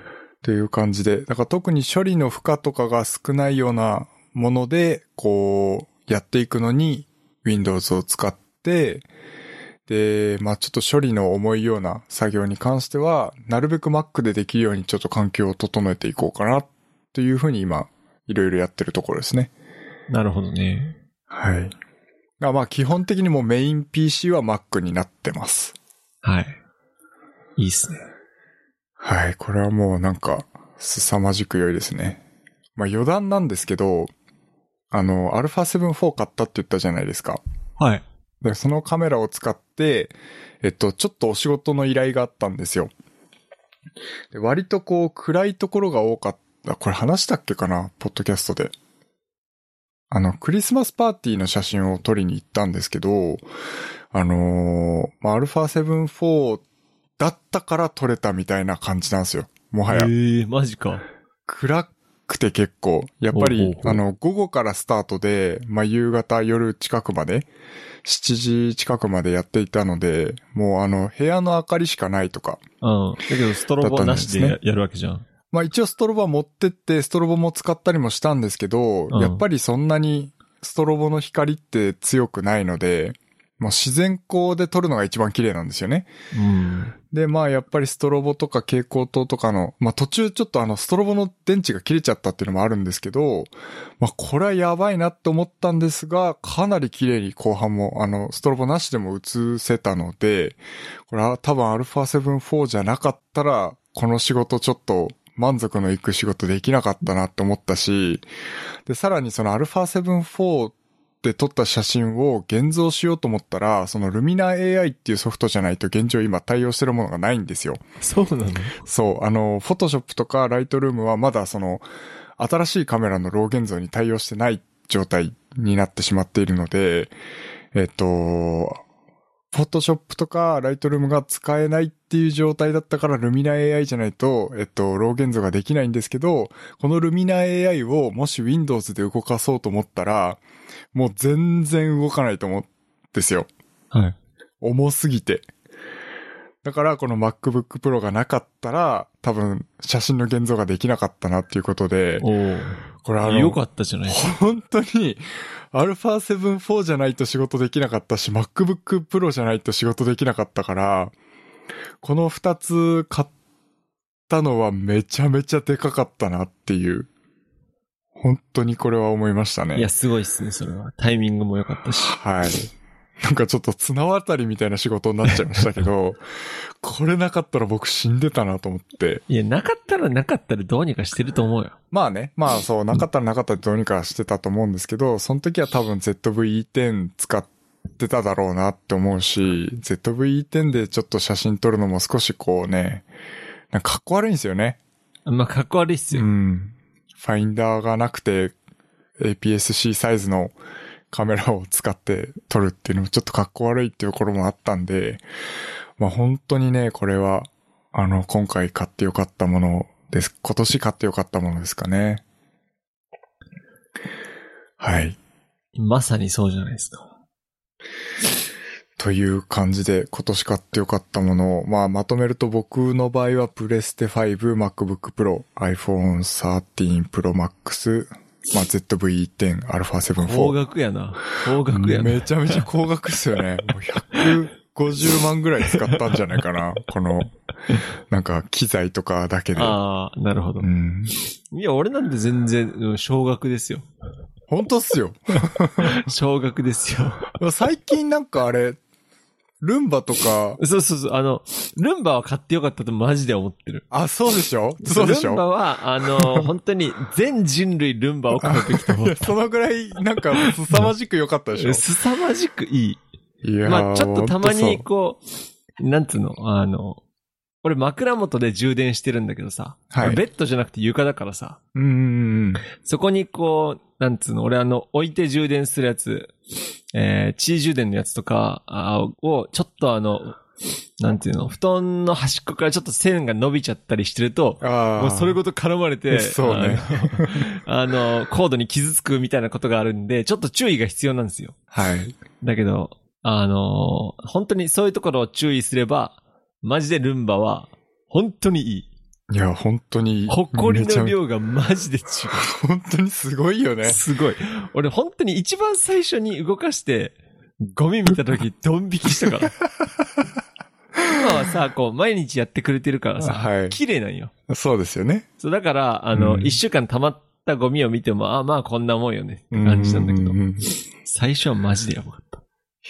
A: という感じで、だから特に処理の負荷とかが少ないようなもので、こうやっていくのに Windows を使って、で、まあちょっと処理の重いような作業に関しては、なるべく Mac でできるようにちょっと環境を整えていこうかな、というふうに今、いろいろやってるところですね。
B: なるほどね。
A: はい。あまあ、基本的にもうメイン PC は Mac になってます。
B: はい。いいっすね。
A: はい。これはもうなんか、凄まじく良いですね。まあ、余談なんですけど、あの、α7-4 買ったって言ったじゃないですか。
B: はい。
A: で、そのカメラを使って、えっと、ちょっとお仕事の依頼があったんですよ。で割とこう、暗いところが多かった。これ話したっけかなポッドキャストで。あの、クリスマスパーティーの写真を撮りに行ったんですけど、あのー、まあ、α7-4 だったから撮れたみたいな感じなんですよ。もはや。
B: ええー、マジか。
A: 暗くて結構、やっぱ
B: ほう
A: り
B: ほう、ほう
A: あの、午後からスタートで、まあ、夕方夜近くまで、7時近くまでやっていたので、もうあの、部屋の明かりしかないとか、
B: うん。だけど、ストロボなしで
A: だったん
B: ややるわけじゃん。
A: まあ、一応ストロボは持ってって、ストロボも使ったりもしたんですけど、
B: うん
A: やっぱりそんなにストロボの光って強くないので、もう自然光で撮るのが一番綺麗なんですよね。
B: うん。
A: で、まあやっぱりストロボとか蛍光灯とかの、まあ途中ちょっとあのストロボの電池が切れちゃったっていうのもあるんですけど、まあこれはやばいなって思ったんですが、かなり綺麗に後半もあのストロボなしでも映せたので、これは多分 α7-4 じゃなかったら、この仕事ちょっと満足のいく仕事できなかったなって思ったし、で、さらにその α7-4 で撮った写真を現像しようと思ったら、そのルミナ AI っていうソフトじゃないと現状今対応してるものがないんですよ。
B: そうなの
A: そう、あの、フォトショップとかライトルームはまだその、新しいカメラのロー現像に対応してない状態になってしまっているので、えっと、フォトショップとかライトルームが使えないっていう状態だったからルミナ AI じゃないと、えっと、ロー現像ができないんですけど、このルミナ AI をもし Windows で動かそうと思ったら、もう全然動かないと思うんですよ。
B: はい。
A: 重すぎて。だから、この MacBook Pro がなかったら、多分、写真の現像ができなかったなっていうことで、
B: お
A: これあ
B: お。
A: の、
B: よかったじゃない
A: 本当に、α7-4 じゃないと仕事できなかったし、MacBook Pro じゃないと仕事できなかったから、この二つ買ったのはめちゃめちゃでかかったなっていう、本当にこれは思いましたね。
B: いや、すごいっすね、それは。タイミングも良かったし。
A: はい。なんかちょっと綱渡りみたいな仕事になっちゃいましたけど、これなかったら僕死んでたなと思って。
B: いや、なかったらなかったらどうにかしてると思うよ。
A: まあね、まあそう、なかったらなかったらどうにかしてたと思うんですけど、その時は多分 ZVE10 使ってただろうなって思うし、ZVE10 でちょっと写真撮るのも少しこうね、なんかかっこ悪いんですよね。
B: まあ、かっこ悪いっす
A: う
B: よ。
A: ん。ファインダーがなくて APS-C サイズのカメラを使って撮るっていうのもちょっとかっこ悪いっていうところもあったんで、まあ本当にね、これは、あの、今回買ってよかったものです。今年買ってよかったものですかね。はい。
B: まさにそうじゃないですか。
A: という感じで今年買ってよかったものを、まあまとめると僕の場合はプレステ5、MacBook Pro、iPhone 13 Pro Max、まあ ZV-10 α7
B: 高
A: IV。
B: 額やな。高額やな。
A: めちゃめちゃ高額ですよね。もう150万ぐらい使ったんじゃないかな。この、なんか機材とかだけで。
B: ああ、なるほど
A: う。ん、
B: いや、俺なんて全然、うん少額ですよ。
A: 本当っすよ。
B: 少額ですよ。
A: 最近なんかあれ、ルンバとか、
B: そうそうそう、あの、ルンバは買ってよかったとマジで思ってる。
A: あ、そうでしょそうでし
B: ルンバ
A: ょ
B: は、あの、本当に全人類ルンバを買うべきと思
A: い
B: っ
A: や そのぐらい、なんか、凄まじく良かったでしょ
B: た。すさまじくいい。
A: いやー
B: まあ、ちょっとた
A: ほ
B: ま
A: ん
B: に
A: と
B: こう、なんつうの、あの、俺枕元で充電してるんだけどさ、
A: はい
B: ベッドじゃなくて床だからさ、
A: そううんうんうん。
B: そこにこう、なんつうの、俺あの、置いて充電するやつ、えー、地位充電のやつとかあーを、ちょっとあの、なんていうの、布団の端っこからちょっと線が伸びちゃったりしてると、
A: ああ。
B: もうそれごと絡まれて、
A: そうね
B: あの。あの、コードに傷つくみたいなことがあるんで、ちょっと注意が必要なんですよ。
A: はい。
B: だけど、あのー本当にそういうところを注意すれば、マジでルンバは、本当にいい。
A: いや、本当に。
B: ほこり
A: めちゃ
B: の
A: めちゃ
B: 量がマジで違
A: 本当にすごいよ
B: う。
A: ね。
B: すごい。俺本当に一番最初に動かして、ゴミ見た時、ドン引きしたから。今はさ、こう、毎日やってくれてるからさ、
A: はい
B: 綺麗なんよ。
A: そうですよね。
B: そう、だから、あの、
A: うん
B: 一、週間溜まったゴミを見ても、あまあこんなもんよね、って感じなんだけど
A: う、うんい
B: 最初はマジでやばかった。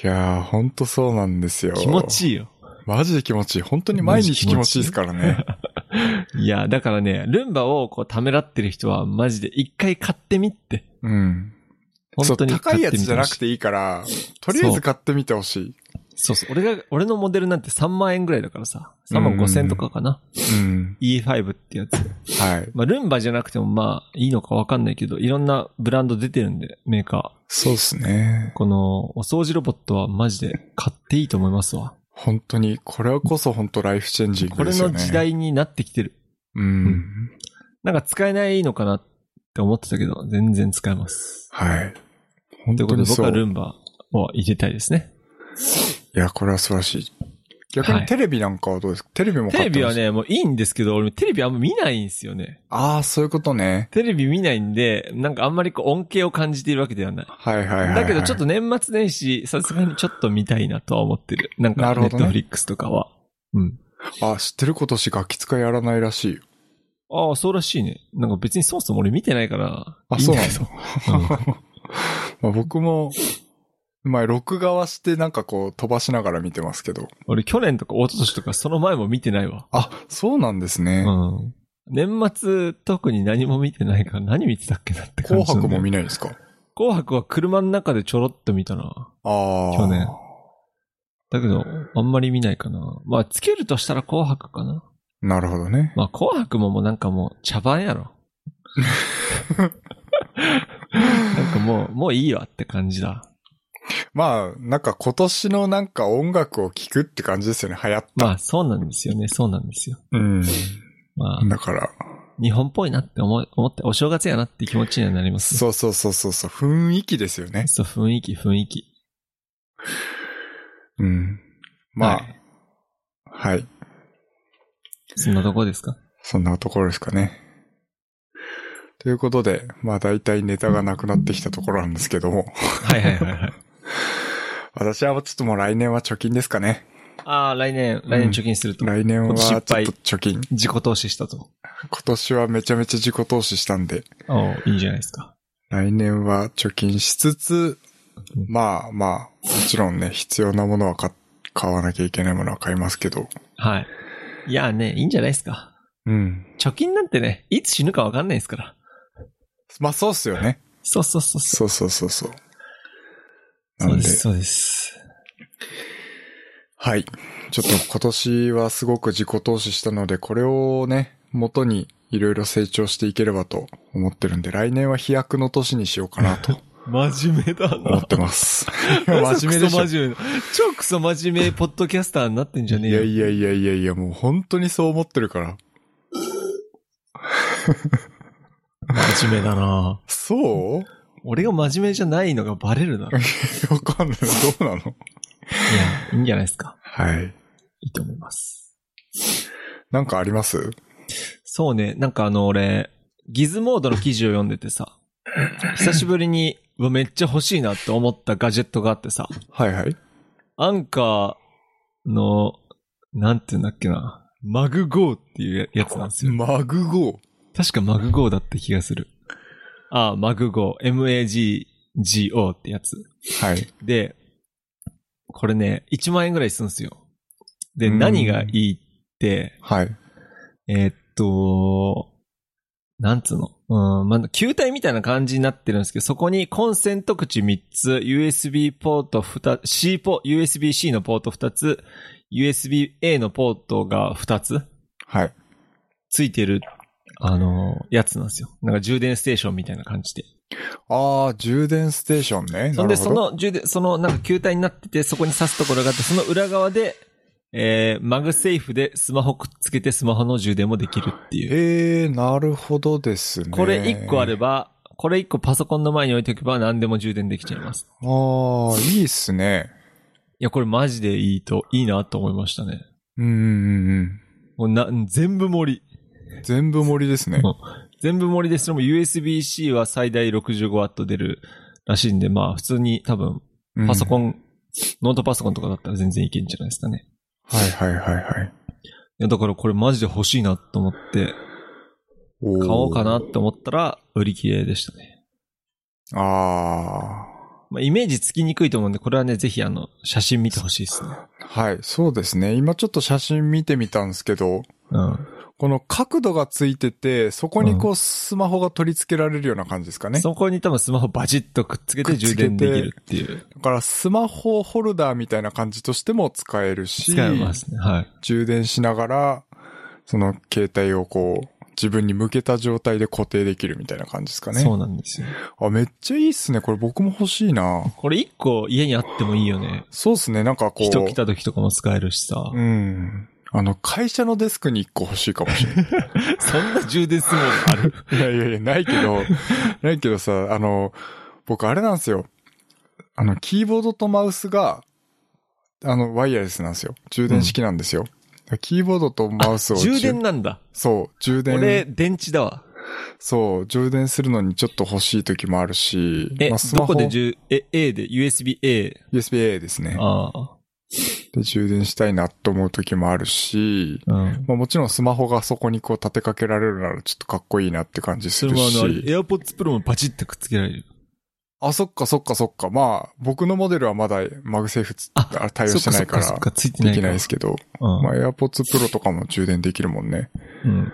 A: やー、本当そうなんですよ。
B: 気持ちいいよ。
A: マジで気持ちいい。本当に毎日気持ちいいですからね。
B: いや、だからね、ルンバをこうためらってる人はマジで一回買ってみって。
A: うん。
B: 本当に
A: そう高いやつじゃなく
B: て
A: ていいから、とりあえず買ってみてほし
B: ほしい。そうそう。俺が、俺のモデルなんて3万円ぐらいだからさ。3万5千とかかな。
A: い。うん。
B: E5 ってやつ。
A: はい。
B: まあ、ルンバじゃなくてもまあ、いいのかわかんないけど、いろんなブランド出てるんで、メーカ
A: そうですね
B: ー。。この、お掃除ロボットはマジで買っていいと思いますわ。
A: 本当に、これはこそ本当ライフチェンジン
B: こ
A: グで
B: れ
A: すよ
B: の
A: ね。
B: 時。代になってきてる。
A: うん。
B: なんか使えないのかなって思ってたけど、全然使えます。
A: はい。本
B: という
A: 当
B: こと
A: に
B: で、僕
A: そう。
B: はいルンバを入れたいですね。
A: や、これは素晴らしい。逆
B: はい
A: にテレビなんかはどうですかテレビも
B: テ
A: 買
B: レ
A: って
B: ビ
A: ま
B: は
A: す。
B: ね、もういいんですけど、俺テレビあんま見ないんですよね。
A: ああ、そういうことね。
B: テレビ見ないんで、なんかあんまりこう恩恵を感じているわけではない。
A: はいはいはいはい。
B: だけどちょっと年末年始、さすがにちょっと見たいなとは思ってる。なんか
A: なるほ
B: ネッ
A: ど
B: ト
A: ね
B: フリックスとかは。うん。
A: あ、知ってることし楽器使いやらないらしいよ。
B: ああ、そうらしいね。なんか別にそもそも俺見てないから。
A: あ、
B: いい
A: そ
B: ん
A: うな
B: だ
A: ん
B: け
A: だ
B: ど。
A: まあ僕も、前、録画はしてなんかこう飛ばしながら見てますけど。
B: 俺去年とか一昨年とかその前も見てないわ。
A: あ、そうなんですね。
B: うん。年末特に何も見てないから何見てたっけなって感
A: 紅
B: じなんだよ。
A: 白も見ないんですか
B: 紅白は車の中でちょろっと見たな。
A: ああ。
B: 去年だけど、あんまり見ないかな。まあ、つけるとしたら紅白かな。
A: なるほどね。
B: まあ、紅白ももうなんかもう茶番やろ。なんかもう、もういいわって感じだ。
A: まあ、なんか今年のなんか音楽を聴くって感じですよね。流行っ
B: まあ、そうなんですよね。そうなんですよ。
A: た。うん。
B: まあ、
A: だから、
B: 日本っぽいなって思い思って、お正月やなって気持ちにはなりますね。
A: そうそうそうそうそう、雰囲気ですよね。
B: そう、雰囲気、雰囲気。
A: うん。まあ、
B: はい
A: はい、
B: そんなとこですか
A: そんなところですかね。ということで、まあ大体ネタがなくなってきたところなんですけども、
B: はいはいはいはい。
A: 私はちょっともう来年は貯金ですかね。
B: ああ、来年、来年貯金すると。
A: 来年はちょっと
B: 今年い
A: 貯
B: っぱ
A: 金。
B: 自己投資したと。
A: 今年はめちゃめちゃ自己投資したんで、
B: ああ、いいじゃないですか。
A: 来年は貯金しつつ、
B: うん
A: まあまあ、もちろんね、必要なものは買買わなきゃいけないものは買いますけど、
B: はい。いやね、いいんじゃないですか。
A: うん。
B: 貯金なんてね、いつ死ぬかわかんないですから。
A: まあそうっすよね。
B: そうそうそうそう。
A: そうそうそうそう。
B: そうです、そうです。
A: はい。ちょっと今年はすごく自己投資したので、これをね、元にいろいろ成長していければと思ってるんで、来年は飛躍の年にしようかな と
B: 真面目だ
A: 思っ
B: な。
A: て ます。いや真面目でしょ
B: クソ。真面目な超クソ真面目ポッドキャスターになってんじゃねえ
A: いや
B: よ。
A: いやいやいやいや、もう本当にそう思ってるから。
B: 真面目だな
A: そう
B: 俺が真面目じゃないのがバレるな。いや、
A: わかんない。どうなの
B: いいんじゃないですか。
A: はい。
B: いいと思います。
A: なんかあります
B: そうね、なんかあの、俺、ギズモードの記事を読んでてさ、久しぶりに、うわ、めっちゃ欲しいなって思ったガジェットがあってさ、
A: はいはい。
B: アンカーの、なんていうんだっけな、マグゴーっていうやつなんですよ。
A: マグゴー。
B: 確かマグゴーだった気がする。ああ、マグゴー、M-A-G-G-O ってやつ。
A: はい。
B: で、これね、1万円ぐらいするんですよ。で、
A: うん
B: 何がいいって、
A: はい。
B: えーっと、なんつうの。うん、まあ、球体みたいな感じになってるんですけど、そこにコンセント口3つ、USB ポート2、C ポ、USB-C のポート2つ、USB-A のポートが2つ
A: はい。
B: ついてる、あのーやつなんですよ。なんか充電ステーションみたいな感じで。
A: ああ、充電ステーションね。
B: そ
A: なん
B: で、
A: る
B: そ
A: ほど。
B: の充電、そのなんか球体になってて、そこに挿すところがあって、その裏側で、えー、マグセーフでスマホくっつけてスマホの充電もできるっていう。
A: ええー、なるほどですね。
B: これ1個あれ
A: ば。
B: ば、これ1個パソコンの前に置いておけば何でも充電できちゃいます。
A: ああ、いいっすね。
B: いや、これマジでいいと、いいなと思いましたね。
A: うんうんうん
B: もうな、全部盛り。
A: うん。全部盛りですね。
B: 全部盛りです。それも USB-C は最大 65W 出るらしいんで、まあ普通に多分パソコ
A: ン。
B: ン、ノートパソコンとかだったら全然いけるんじゃないですかね。
A: はいはいはいはい。
B: いや、だからこれマジで欲しいなと思って、
A: おー
B: 買おうかなって思ったら売り切れでしたね。
A: あ
B: まあイメージつきにくいと思うんで、これはね、ぜひあの、写真見てほしいですね。
A: あ。はい、そうですね。今ちょっと写真見てみたんですけど、
B: うん。
A: この角度がついてて、そこにこ
B: う
A: うスマホが取り付けられるような感じですかね。
B: そこに多分スマホバチッとくっつけ
A: く
B: て
A: っつ
B: 充
A: けて
B: 電できるっていう。
A: だからスマホホルダーみたいな感じとしても使えるし、
B: 使えますね。はい。
A: 充電しながら、その携帯をこう、自分に向けた状態で固定できるみたいな感じですかね。
B: そうなんですよ。
A: あ、めっちゃいいっすね。これ僕も欲しいな。
B: これ一個家にあってもいいよね。
A: そうっすね。なんかこう。
B: 人来た時とかも使えるしさ。
A: うん。あの、会社のデスクに一個欲しいかもし れない。
B: そんな充電するもの ある
A: いやいやいや、ないけど、 ないけどさ、あの、僕あれなんですよ。あの、キーボードとマウスが、あの、ワイヤレスなんですよ。充電式なんですよ。キーボードとマウスを
B: 充電なんだ。
A: そう、充
B: 俺、
A: 電、
B: 電池だわ。
A: そう、充電するのにちょっと欲しい時もあるし、
B: え、
A: まあス
B: ど
A: マホ
B: こで充、え、A で、USB-A。
A: USB-A ですね。
B: ああ。
A: で、充電したいなと思う時もあるし、
B: うん。
A: まあもちろんスマホがそこにこう立てかけられるならちょっとかっこいいなって感じす
B: それ
A: る
B: もあ
A: し。
B: の、AirPods Pro もバチッとくっつけられる。
A: あ、そっかそっかそっか。まあ、僕のモデルはまだマグセーフつ
B: あ
A: あ対応してないか
B: そっそっ
A: ら、
B: かついてな
A: で
B: い
A: き
B: か
A: な
B: ら。
A: いですけど、
B: うん
A: まあ、AirPods Pro とかも充電できるもんね。
B: うん。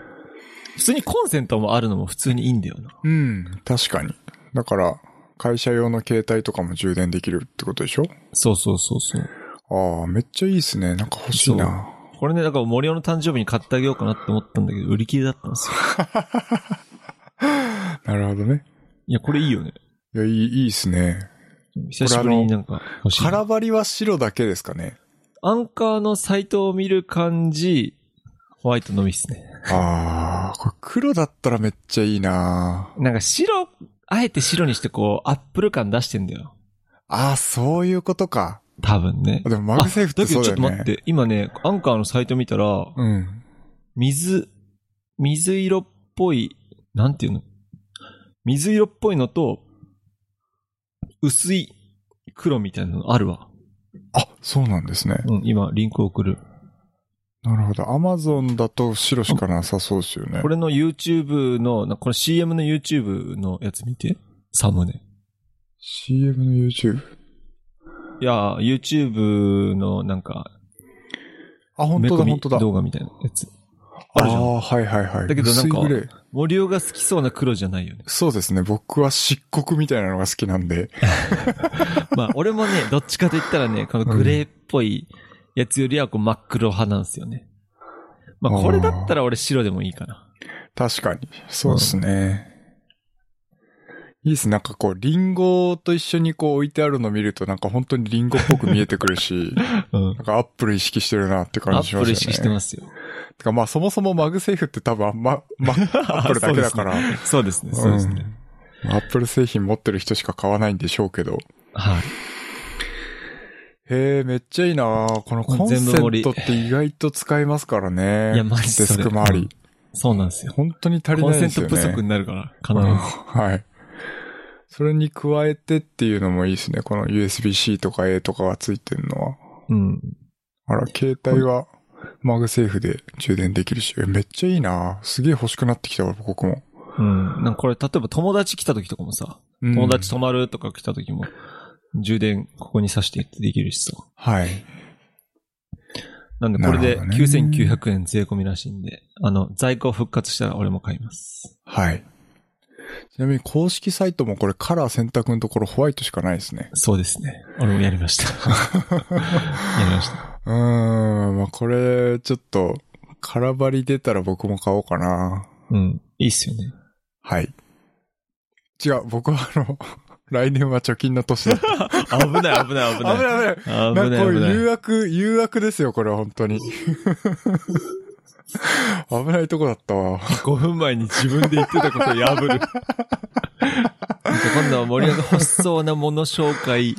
B: 普通にコンセントもあるのも普通にいいんだよな。
A: うん、確かに。だから、会社用の携帯とかも充電できるってことでしょ
B: そうそうそうそう。
A: ああ、めっちゃいいっすね。なんか欲しいな。
B: これね、だから森尾の誕生日に買ってあげようかなって思ったんだけど、売り切れだったんですよ。
A: なるほどね。
B: いや、これいいよね。
A: いや、いい、いいっすね。
B: 久しぶりになんか欲しい。
A: 空張りは白だけですかね。
B: アンカーのサイトを見る感じ、ホワイトのみっすね。
A: ああ、これ黒だったらめっちゃいいな。
B: なんか白、あえて白にしてこう、アップル感出してんだよ。
A: ああ、そういうことか。
B: 多分ね
A: あ。でもマグセーフっ
B: だ
A: てそ
B: けど
A: う
B: ち
A: だ
B: ょっ
A: よ
B: と
A: ね。
B: 待って、今ね、アンカーのサイト見たら、
A: うん。
B: 水、水色っぽい、なんていうの水色っぽいのと、薄い黒みたいなのあるわ。
A: あ、そうなんですね。
B: うん、今、リンク送る。
A: なるほど。アマゾンだと白しかなさそうですよね。
B: これの YouTube の、なこれ CM の YouTube のやつ見て。サムネ。
A: CM の YouTube。
B: いやー、YouTube のなんか、
A: あ、本当だ、
B: 埋め
A: 本
B: 込み
A: 当だ。
B: 動画みたいなやつ。あ
A: あ
B: るじゃん。
A: あー、はいはいはい。
B: だけどなんか
A: 薄いグレー。
B: 森尾が好きそうな黒じゃないよね
A: そうですね。僕は漆黒みたいなのが好きなんで。
B: ま あ、俺もね、どっちかと言ったらね、このグレーっぽいやつよりはこう真っ黒派なんですよね。まあ、これだったら俺白でもいいかな。
A: 確かに。そうですね。いいですなんかこう、リンゴと一緒にこう置いてあるの見ると、なんか本当にリンゴっぽく見えてくるし、
B: うん。
A: なんかアップル意識してるなって
B: ア
A: 感じし
B: ッ
A: ますよ
B: プ
A: ね。
B: ル意識してます よ。
A: てかまあ そもそもマグセーフって多分あんま、ま、アップルだけだから。
B: そうですね、そうですね。
A: アップル製品持ってる人しか買わないんでしょうけど。
B: はい。
A: へえ、めっちゃいいなこのコンセ
B: 全部盛
A: ン
B: り
A: トって意外と使いますからね。
B: いやマジそ
A: デ
B: れ
A: スク周り。
B: そうなんですよ。
A: 本当に足り
B: コン
A: ない
B: セ
A: で
B: ン
A: す
B: ト
A: よね。
B: 不足になるから、必
A: う
B: ず。
A: んはい。それに加えてっていうのもいいですね。この USB-C とか A とかがついてるのは。
B: うん。
A: あら、携帯はマグセーフで充電できるし。えめっちゃいいなすげえ欲しくなってきたわ、僕も。
B: うん。なんかこれ、例えば友達来た時とかもさ、
A: うん
B: 友達泊まるとか来た時も、充電ここに挿してできるしさ。
A: はい。
B: なんでこれで
A: なるほどね
B: 9900円税込みらしいんで、あの、在庫復活したら俺も買います。
A: はい。ちなみに公式サイトもこれカラー選択のところホワイトしかないですね。
B: そうですね。俺もやりま した。やりました。
A: うーん、まあこれ、ちょっと、空張り出たら僕も買おうかな。
B: うん。いいっすよね。
A: はい。違う、僕はあの、 来年は貯金の年だった。
B: 危ない危ない危
A: 危
B: ない。
A: ない危ない。な
B: 危
A: ん
B: な
A: かこう
B: い危
A: いう誘
B: ない。
A: 惑、誘惑ですよ、これは本当 に。危ないとこだったわ。
B: 5分前に自分で言ってたこと を破る。なんか今度は森が欲しそうなもの紹介、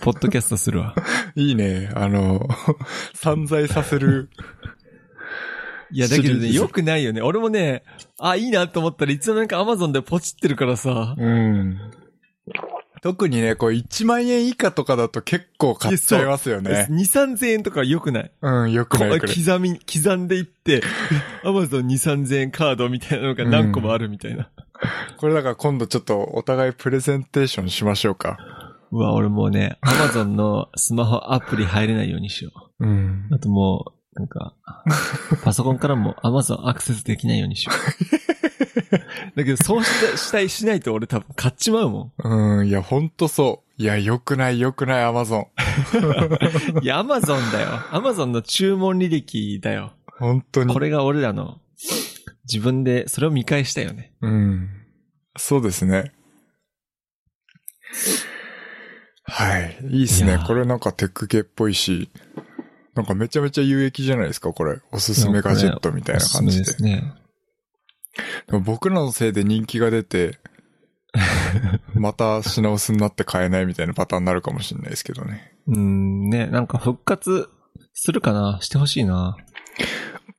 B: ポッドキャストするわ。
A: いいね。あの、散財させる。
B: いや、だけど
A: シリー
B: ね、
A: ズ
B: 良くないよね。俺もね、あ、いいなと思ったらいつの間にか Amazon でポチってるからさ。
A: うん。特にね、こう1万円以下とかだと結構買っちゃいますよね
B: 2、。3000円とか良くない。
A: うん、よく
B: こ
A: な
B: う
A: いくらい。
B: 刻み、刻んでいって、アマゾン2、3000円カードみたいなのが何個もあるみたいな。
A: これだから今度ちょっとお互いプレゼンテーションしましょうか。
B: うわ、俺もうね、アマゾンのスマホアプリ入れないようにしよ
A: うん
B: う。。あともう、なんか、パソコンからもアマゾンアクセスできないようにしよう。だけど、そうした、したい、しないと俺多分買っちまうも
A: うん、いや、ほんとそう。いや、よくない、よくない、アマゾン。
B: ん。いや、アマゾンだよ。アマゾンの注文履歴だよ。
A: 本当に。
B: これが俺らの、自分で、それを見返したよね。
A: うん。そうですね。はい。いいっす
B: い
A: ね
B: や。
A: これなんかテック系っぽいし、なんかめちゃめちゃ有益じゃないですか、これ。おすすめガジェットみたいな感じ
B: お
A: で。
B: す
A: です
B: めですね。
A: も僕らのせいで人気が出 て、また品薄になって買えないみたいなパターンになるかもしれないですけどね。
B: うん、ね、なんか復活するかなしてほしいな。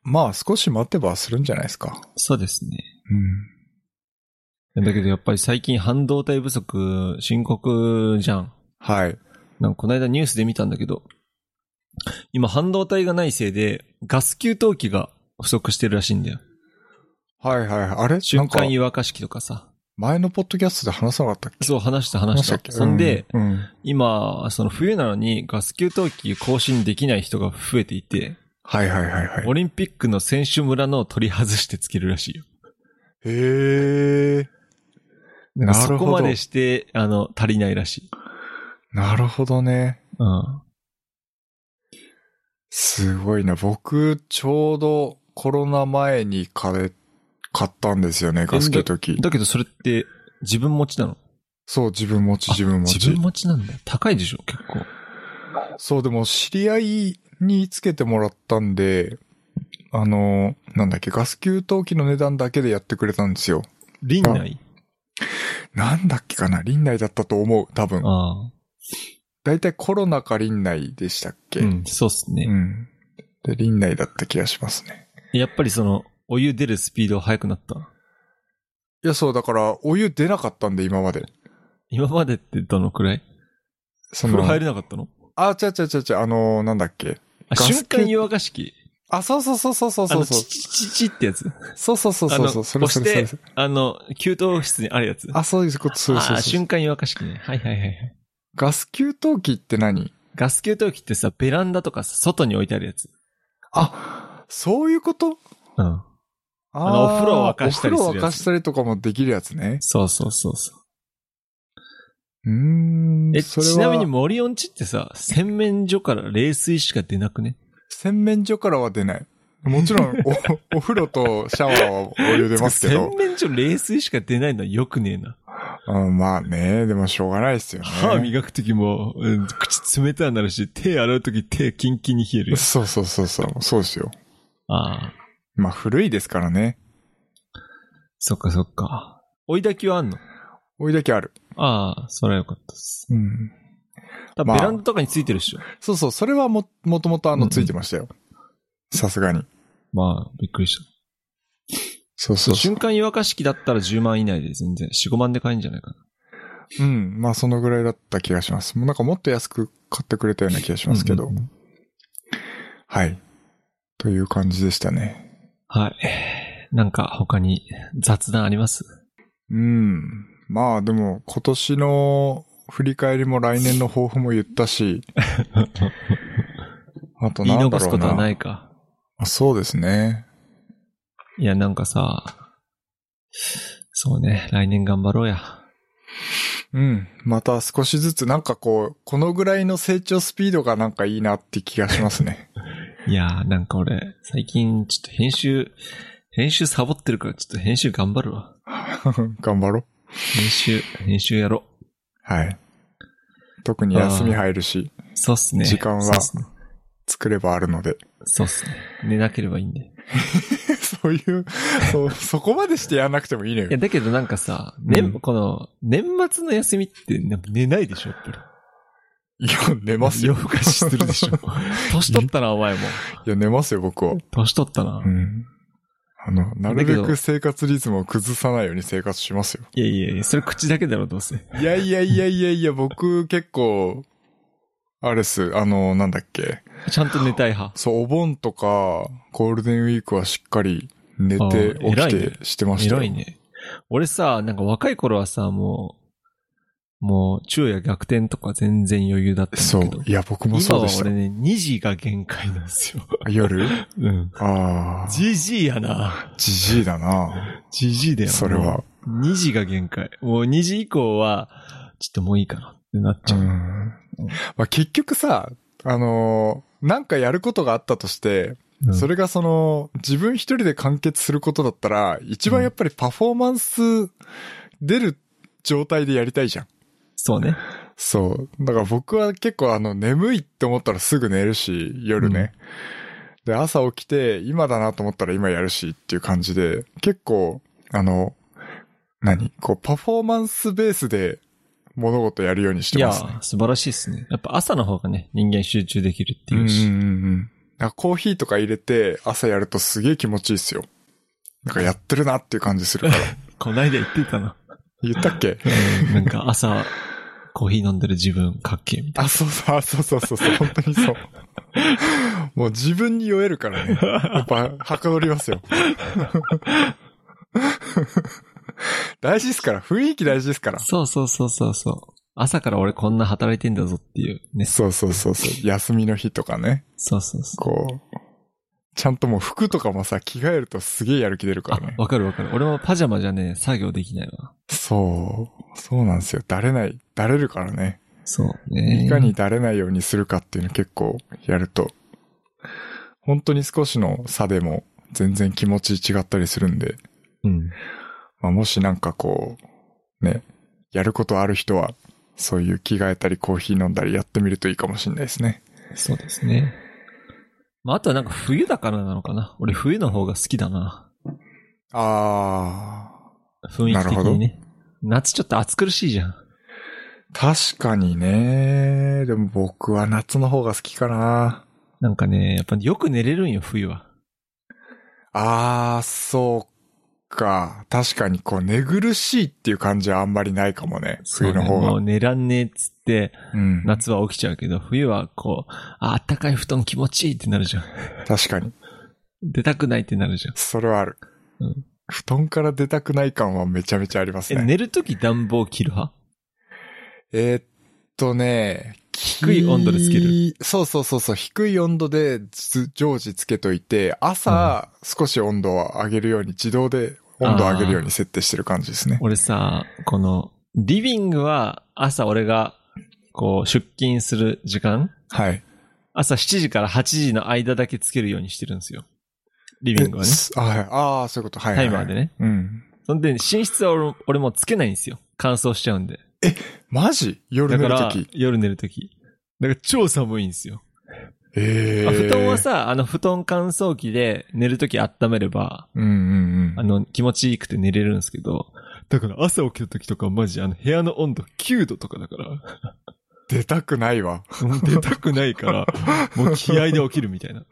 A: まあ少し待てばするんじゃないですか。
B: そうですね。
A: うん。
B: だけどやっぱり最近半導体不足深刻じゃん。
A: はい。
B: なんかこの間ニュースで見たんだけど、今半導体がないせいでガス給湯器が不足してるらしいんだよ。
A: はいはいはい。あれな
B: 瞬
A: んか
B: 間湯沸かし器とかさ。
A: 前のポッドキャストで話さなかったっけ
B: そう話した話した。そんで、、
A: 話したっけうんうん
B: 今、その冬なのにガス給湯器更新できない人が増えていて、
A: はいはいはいはい。
B: オリンピックの選手村のを取り外してつけるらしいよ。
A: へえ。
B: な
A: な
B: んか
A: る
B: そ
A: ほ
B: こ
A: ど
B: までして、あの、足りないらしい。
A: なるほどね。
B: うん。
A: すごいな。僕、ちょうどコロナ前に買え、買ったんですよね、ガスケ時。
B: だけどそれって自分持ちなの
A: そう、自分持ち、自分持
B: 自
A: ち
B: 分。持ちなんだよ。高いでしょ結構。
A: そう、でも知り合いにつけてもらったんで、あの、なんだっけ、ガス給湯器の値段だけでやってくれたんですよ。
B: 輪内
A: なんだっけかな林内だったと思う、多分。
B: ああ。
A: だいたいコロナか林内でしたっけ、
B: うん、そうっす
A: う
B: ね。
A: ん。で、林内だった気がしますね。
B: やっぱりその、お湯出るスピード速くなった。
A: いや、そう、だから、お湯出なかったんで、今まで。
B: 今までってどのくらい
A: そ
B: 風呂
A: の、
B: 入れなかったの
A: あ、ちゃちゃちゃちゃ、あの、なんだっけ。ガ
B: あ、
A: ス
B: 瞬間湯沸かし器。
A: あ、そうそうそうそうそう
B: あ
A: そう
B: の、
A: そう
B: チ。チチチってやつ。
A: そうそうそう
B: あ
A: そう
B: の、
A: そう。それそ
B: 押
A: れ
B: し
A: そ
B: て
A: れ。、
B: あの、給湯室にあるやつ。
A: あ、そういうこと、そうそうそ
B: あ
A: う。
B: 瞬間湯沸かし器ね。はいはいはいはい。
A: ガス給湯器って何
B: ガス給湯器ってさ、ベランダとかさ、外に置いてあるやつ。
A: あ、そういうこと
B: うん。
A: あ
B: の
A: ー
B: お風呂を沸かしたりするやつ
A: お風呂沸かしたりとかもできるやつね。
B: そうそうそうそう。
A: うーん。
B: え、
A: それは
B: ちなみに森音痴ってさ、洗面所から冷水しか出なくね
A: 洗面所からは出ない。もちろん、 お、お風呂とシャワーはお湯出ますけど
B: 洗。面所冷水しか出ないのは良くねえな。
A: うん、まあね、でもしょうがないですよね。
B: 歯磨くときも、うん口冷たくなるし、手洗うとき手キンキンに冷える よ。
A: そうそうそうそう、そうですよ。
B: ああ、
A: まあ古いですからね。
B: そっかそっか。追い焚きはあんの
A: 追いだけある。
B: ああ、それはよかったです。
A: うん。
B: 多分
A: まあ
B: ベランダとかについてるっしょ。
A: そうそう、それはも、もともとあ
B: うんう
A: の、
B: ん
A: ついてましたよ。さすがに。
B: まあ、びっくりした。
A: そうそうそう。
B: 瞬間湯沸かし器だったら10万以内で全然、4、5万で買えるんじゃないか
A: う
B: な。
A: ん。まあ、そのぐらいだった気がします。もうなんかもっと安く買ってくれたような気がしますけど。
B: うんうんうん
A: はい。という感じでしたね。
B: はい。なんか他に雑談あります
A: うん。まあ、でも、今年の振り返りも来年の抱負も言った し、あと
B: 言い
A: なんだ
B: 残す
A: ろう
B: こと
A: な。
B: はないか。
A: あそうですね。
B: いや、なんかさ、そうね、来年頑張ろうや。
A: うん。また少しずつ、なんかこう、このぐらいの成長スピードがなんかいいなって気がしますね。
B: いやー、なんか俺、最近ちょっと編集、編集サボってるからちょっと編集頑張るわ。
A: 頑張ろう。
B: 編集、編集やろう。
A: はい。特に休み入るし、
B: そうっすね。
A: 時間は
B: そうっすね。
A: 作ればあるので。
B: そうっすね。寝なければいいんで。い
A: そういう、そう、そこまでしてやらなくてもいいのよ
B: や、。だけどなんかさ、ね、
A: うん
B: この、年末の休みってなんか寝ないでしょ、やっぱり。
A: いや、寝ますよ。。
B: 夜更かしするでしょ年取ったな、お前も。
A: いや、寝ますよ、僕は。
B: 年取ったな
A: う。ん。あの、なるべ
B: だけど
A: く生活リズムを崩さないように生活しますよ。
B: いやいやいや、それ口だけだろ、どうせ。
A: いやいやいやいやいや、僕結構、あれっす、あの、なんだっけ。
B: ちゃんと寝たい派。
A: そう、お盆とか、ゴールデンウィークはしっかり寝
B: あ
A: て、起
B: ー
A: き
B: 偉いね
A: てしてましたよ。
B: 偉いね。俺さ、なんか若い頃はさ、もう、もう、昼夜逆転とか全然余裕だった
A: そ
B: ん
A: う
B: だけど。。
A: いや、僕も
B: 今
A: そう
B: は
A: でした
B: 俺。ね、2時が限界なんですよ。
A: 夜
B: うん。
A: ああ。
B: じじいやな。
A: じじいだな。
B: じじいだよ。
A: それは。
B: 2時が限界。もう2時以降は、ちょっともういいかなってなっち
A: う
B: ゃう。
A: ん。まあ、結局さ、あのーなんかやることがあったとして、
B: うん
A: それがその、自分一人で完結することだったら、一番やっぱりパフォーマンス出る状態でやりたいじゃん。
B: そうね。
A: そう。だから僕は結構あの、眠いって思ったらすぐ寝るし、夜ね。で、朝起きて、今だなと思ったら今やるしっていう感じで、結構、あの、何こう、パフォーマンスベースで物事やるようにし
B: い
A: て
B: や
A: ますね。、
B: 素晴らしいですね。やっぱ朝の方がね、人間集中できるって
A: う
B: い
A: ん
B: うし。
A: うんうんうん。なんかコーヒーとか入れて朝やるとすげえ気持ちいいっすよ。なんかやってるなっていう感じする から。
B: こないだ言ってたな。
A: 言ったっ け
B: うんなんか朝、コーヒー飲んでる自分、かっけえみたい
A: あ、そうそう、あそうそうそうそう、本当に そう。もう自分に酔えるからね。やっぱ、はかどり ますよ。大事ですから、雰囲気大事ですから
B: な。。そうそうそうそうそう。朝から俺こんな働いてんだぞっていうね。
A: そうそうそうそう。休みの日とかね。
B: そうそうそう。
A: こう。ちゃんともう服とかもさ、着替えるとすげえやる気出るから
B: あ
A: ね、。
B: わかるわかる。俺もパジャマじゃね、作業できないわ。
A: そう。そうなんですよ。だれない。だれるからね。
B: そうね。
A: いかにだれないようにするかっていうの結構やると、本当に少しの差でも全然気持ち違ったりするんで、
B: うん。
A: まあ、もしなんかこう、ね、やることある人は、そういう着替えたりコーヒー飲んだりやってみるといいかもしれないですね。
B: そうですね。まあ、あとはなんか冬だからなのかな。俺冬の方が好きだな。
A: あ
B: 雰囲気的にね。夏ちょっと暑苦しいじゃん。
A: ー。確かにね。でも僕は夏の方が好きかな。
B: なんかね、やっぱよく寝れるんよ、冬は。
A: あー、そうか。確かにこう、寝苦しいっていう感じはあんまりないかもね。冬の
B: そ
A: 方
B: うねも
A: が。
B: う寝らんねえっつって、
A: うん。
B: 夏は起きちゃうけど、冬はこう、あ、あったかい布団気持ちいいってなるじゃん。
A: 確かに。
B: 出たくないってなるじゃん。
A: それはある。
B: うん
A: 布団から出たくない感はめちゃめちゃあります
B: え、
A: ね。
B: 寝るとき暖房切る派
A: えーっとね、低
B: い温度でつける。
A: そうそうそうそう、低い温度でず常時つけといて、朝、少し温度を上げるように、自動で温度を上げるように設定してる感じですね。
B: 俺さ、この、リビングは朝俺が、こう、出勤する時間
A: はい。
B: 朝7時から8時の間だけつけるようにしてるんですよ。リビングはね
A: え。すあ、はい。ああ、そういうこと。はい、
B: タ
A: はい
B: イ
A: はい。
B: マーでね。
A: うん。
B: そんで、寝室は俺も俺もつけないんですよ。乾燥しちゃうんで。
A: マジ夜
B: だ
A: 寝
B: か
A: る
B: ら
A: とき。、
B: 夜寝るとき。だから超寒いんですよ。
A: ええ
B: あ布団は、さ、あの、布団乾燥機で寝るとき温めれば、
A: うんうんうん。
B: あの、気持ちいいくて寝れるんですけど、だから朝起きた時とかマジ、あの部屋の温度9度とかだから、
A: 出たくないわ。
B: もう出たくないから、もう気合で起きるみたいな。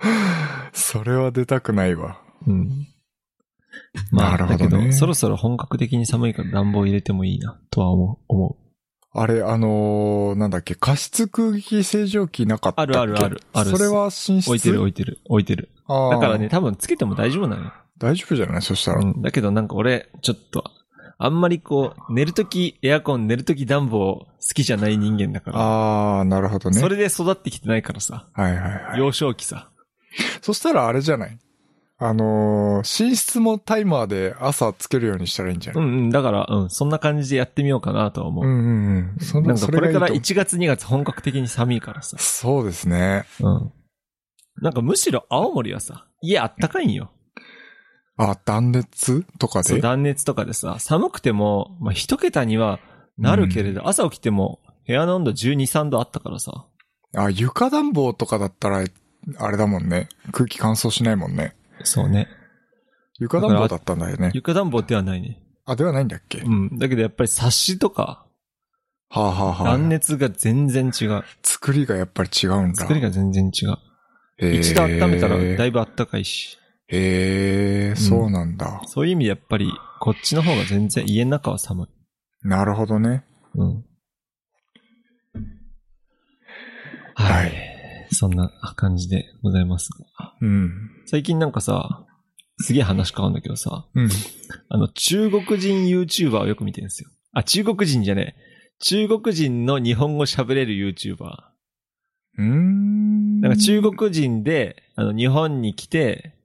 A: それは出たくないわ。
B: うん。まあ、
A: なるほどね
B: だけど、そろそろ本格的に寒いから暖房入れてもいいな、とは思う。思う
A: あれ、あのーなんだっけ、加湿空気清浄機なかった
B: あ
A: っけ
B: るあるある。ある。
A: それは寝室
B: 置いてる置いてる置いてる。
A: あー
B: だからね、多分つけても大丈夫なのよ。
A: 大丈夫じゃないそしたら。
B: うん。だけどなんか俺、ちょっと、あんまりこう、寝るときエアコン、寝るとき暖房好きじゃない人間だから。
A: ああ、なるほどね。
B: それで育ってきてないからさ。
A: はいはいはい。
B: 幼少期さ。
A: そしたらあれじゃないあのー寝室もタイマーで朝つけるようにしたらいいんじゃ
B: う
A: ない、
B: んうん。だから、うん。そんな感じでやってみようかなとは思う。
A: うん、うんうんそん
B: なんか
A: そ
B: こ
A: れがい
B: れ
A: い
B: から
A: と思う
B: 1月2月本格的に寒いからさ。
A: そうですね。
B: うん。なんかむしろ青森はさ、家あったかいんよ。
A: あ、断熱とか
B: そう、
A: で
B: 断熱とかでさ、寒くても、まあ、一桁にはなるけれど、朝起きても部屋の温度12、3度あったからさ。
A: あ、床暖房とかだったら、あれだもんね。空気乾燥しないもんね。
B: そうね。
A: 床暖房だったんだよね。
B: 床暖房ではないね。
A: あ、ではないんだっけ、は
B: うん。だけどやっぱりサッシとか、
A: あ、はあはあ、
B: 断熱が全然違う。
A: 作りがやっぱり違うんだ。
B: 作りが全然違う。一度温めたらだ
A: へ
B: いぶ暖かいし。
A: えー、そうなんだ。
B: そういう意味でやっぱり、こっちの方が全然家の中は寒い。
A: なるほどね。
B: うん。
A: は
B: はいい。そんな感じでございますが。
A: うん。
B: 最近なんかさ、すげえ話変わるんだけどさ、
A: うん。
B: あの、中国人 YouTuber をよく見てるんですよ。あ、中国人じゃねえ。中国人の日本語喋れる YouTuber。
A: うーん。
B: なんか中国人で、あの、日本に来て、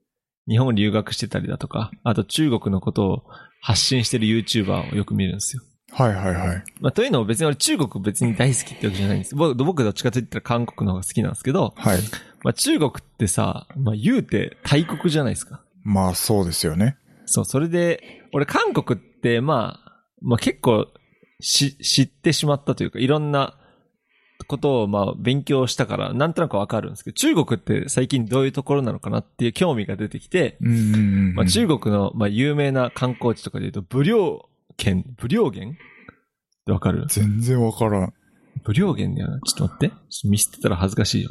B: 日本を留学してたりだとか、あと中国のことを発信してる YouTuber をよく見るんですよ。
A: はいはいはい。
B: まあ、というのも別に俺中国別に大好きってわけじゃないんです。僕、僕どっちかといったら韓国の方が好きなんですけど、
A: はい。
B: まあ、中国ってさ、まあ、言うて大国じゃないですか。
A: まあそうですよね。
B: そう、それで、俺韓国って、まあ、まあ結構し、知ってしまったというか、いろんなことをまあ勉強したから、なんとなくわかるんですけど、中国って最近どういうところなのかなっていう興味が出てきて、
A: うんうんうんうん。
B: まあ中国のまあ有名な観光地とかで言うと、武陵県、武陵県ってわかる
A: 全然わからん。
B: 武陵源だよな。ちょっと待って。ちょっと見捨てたら恥ずかしいよ。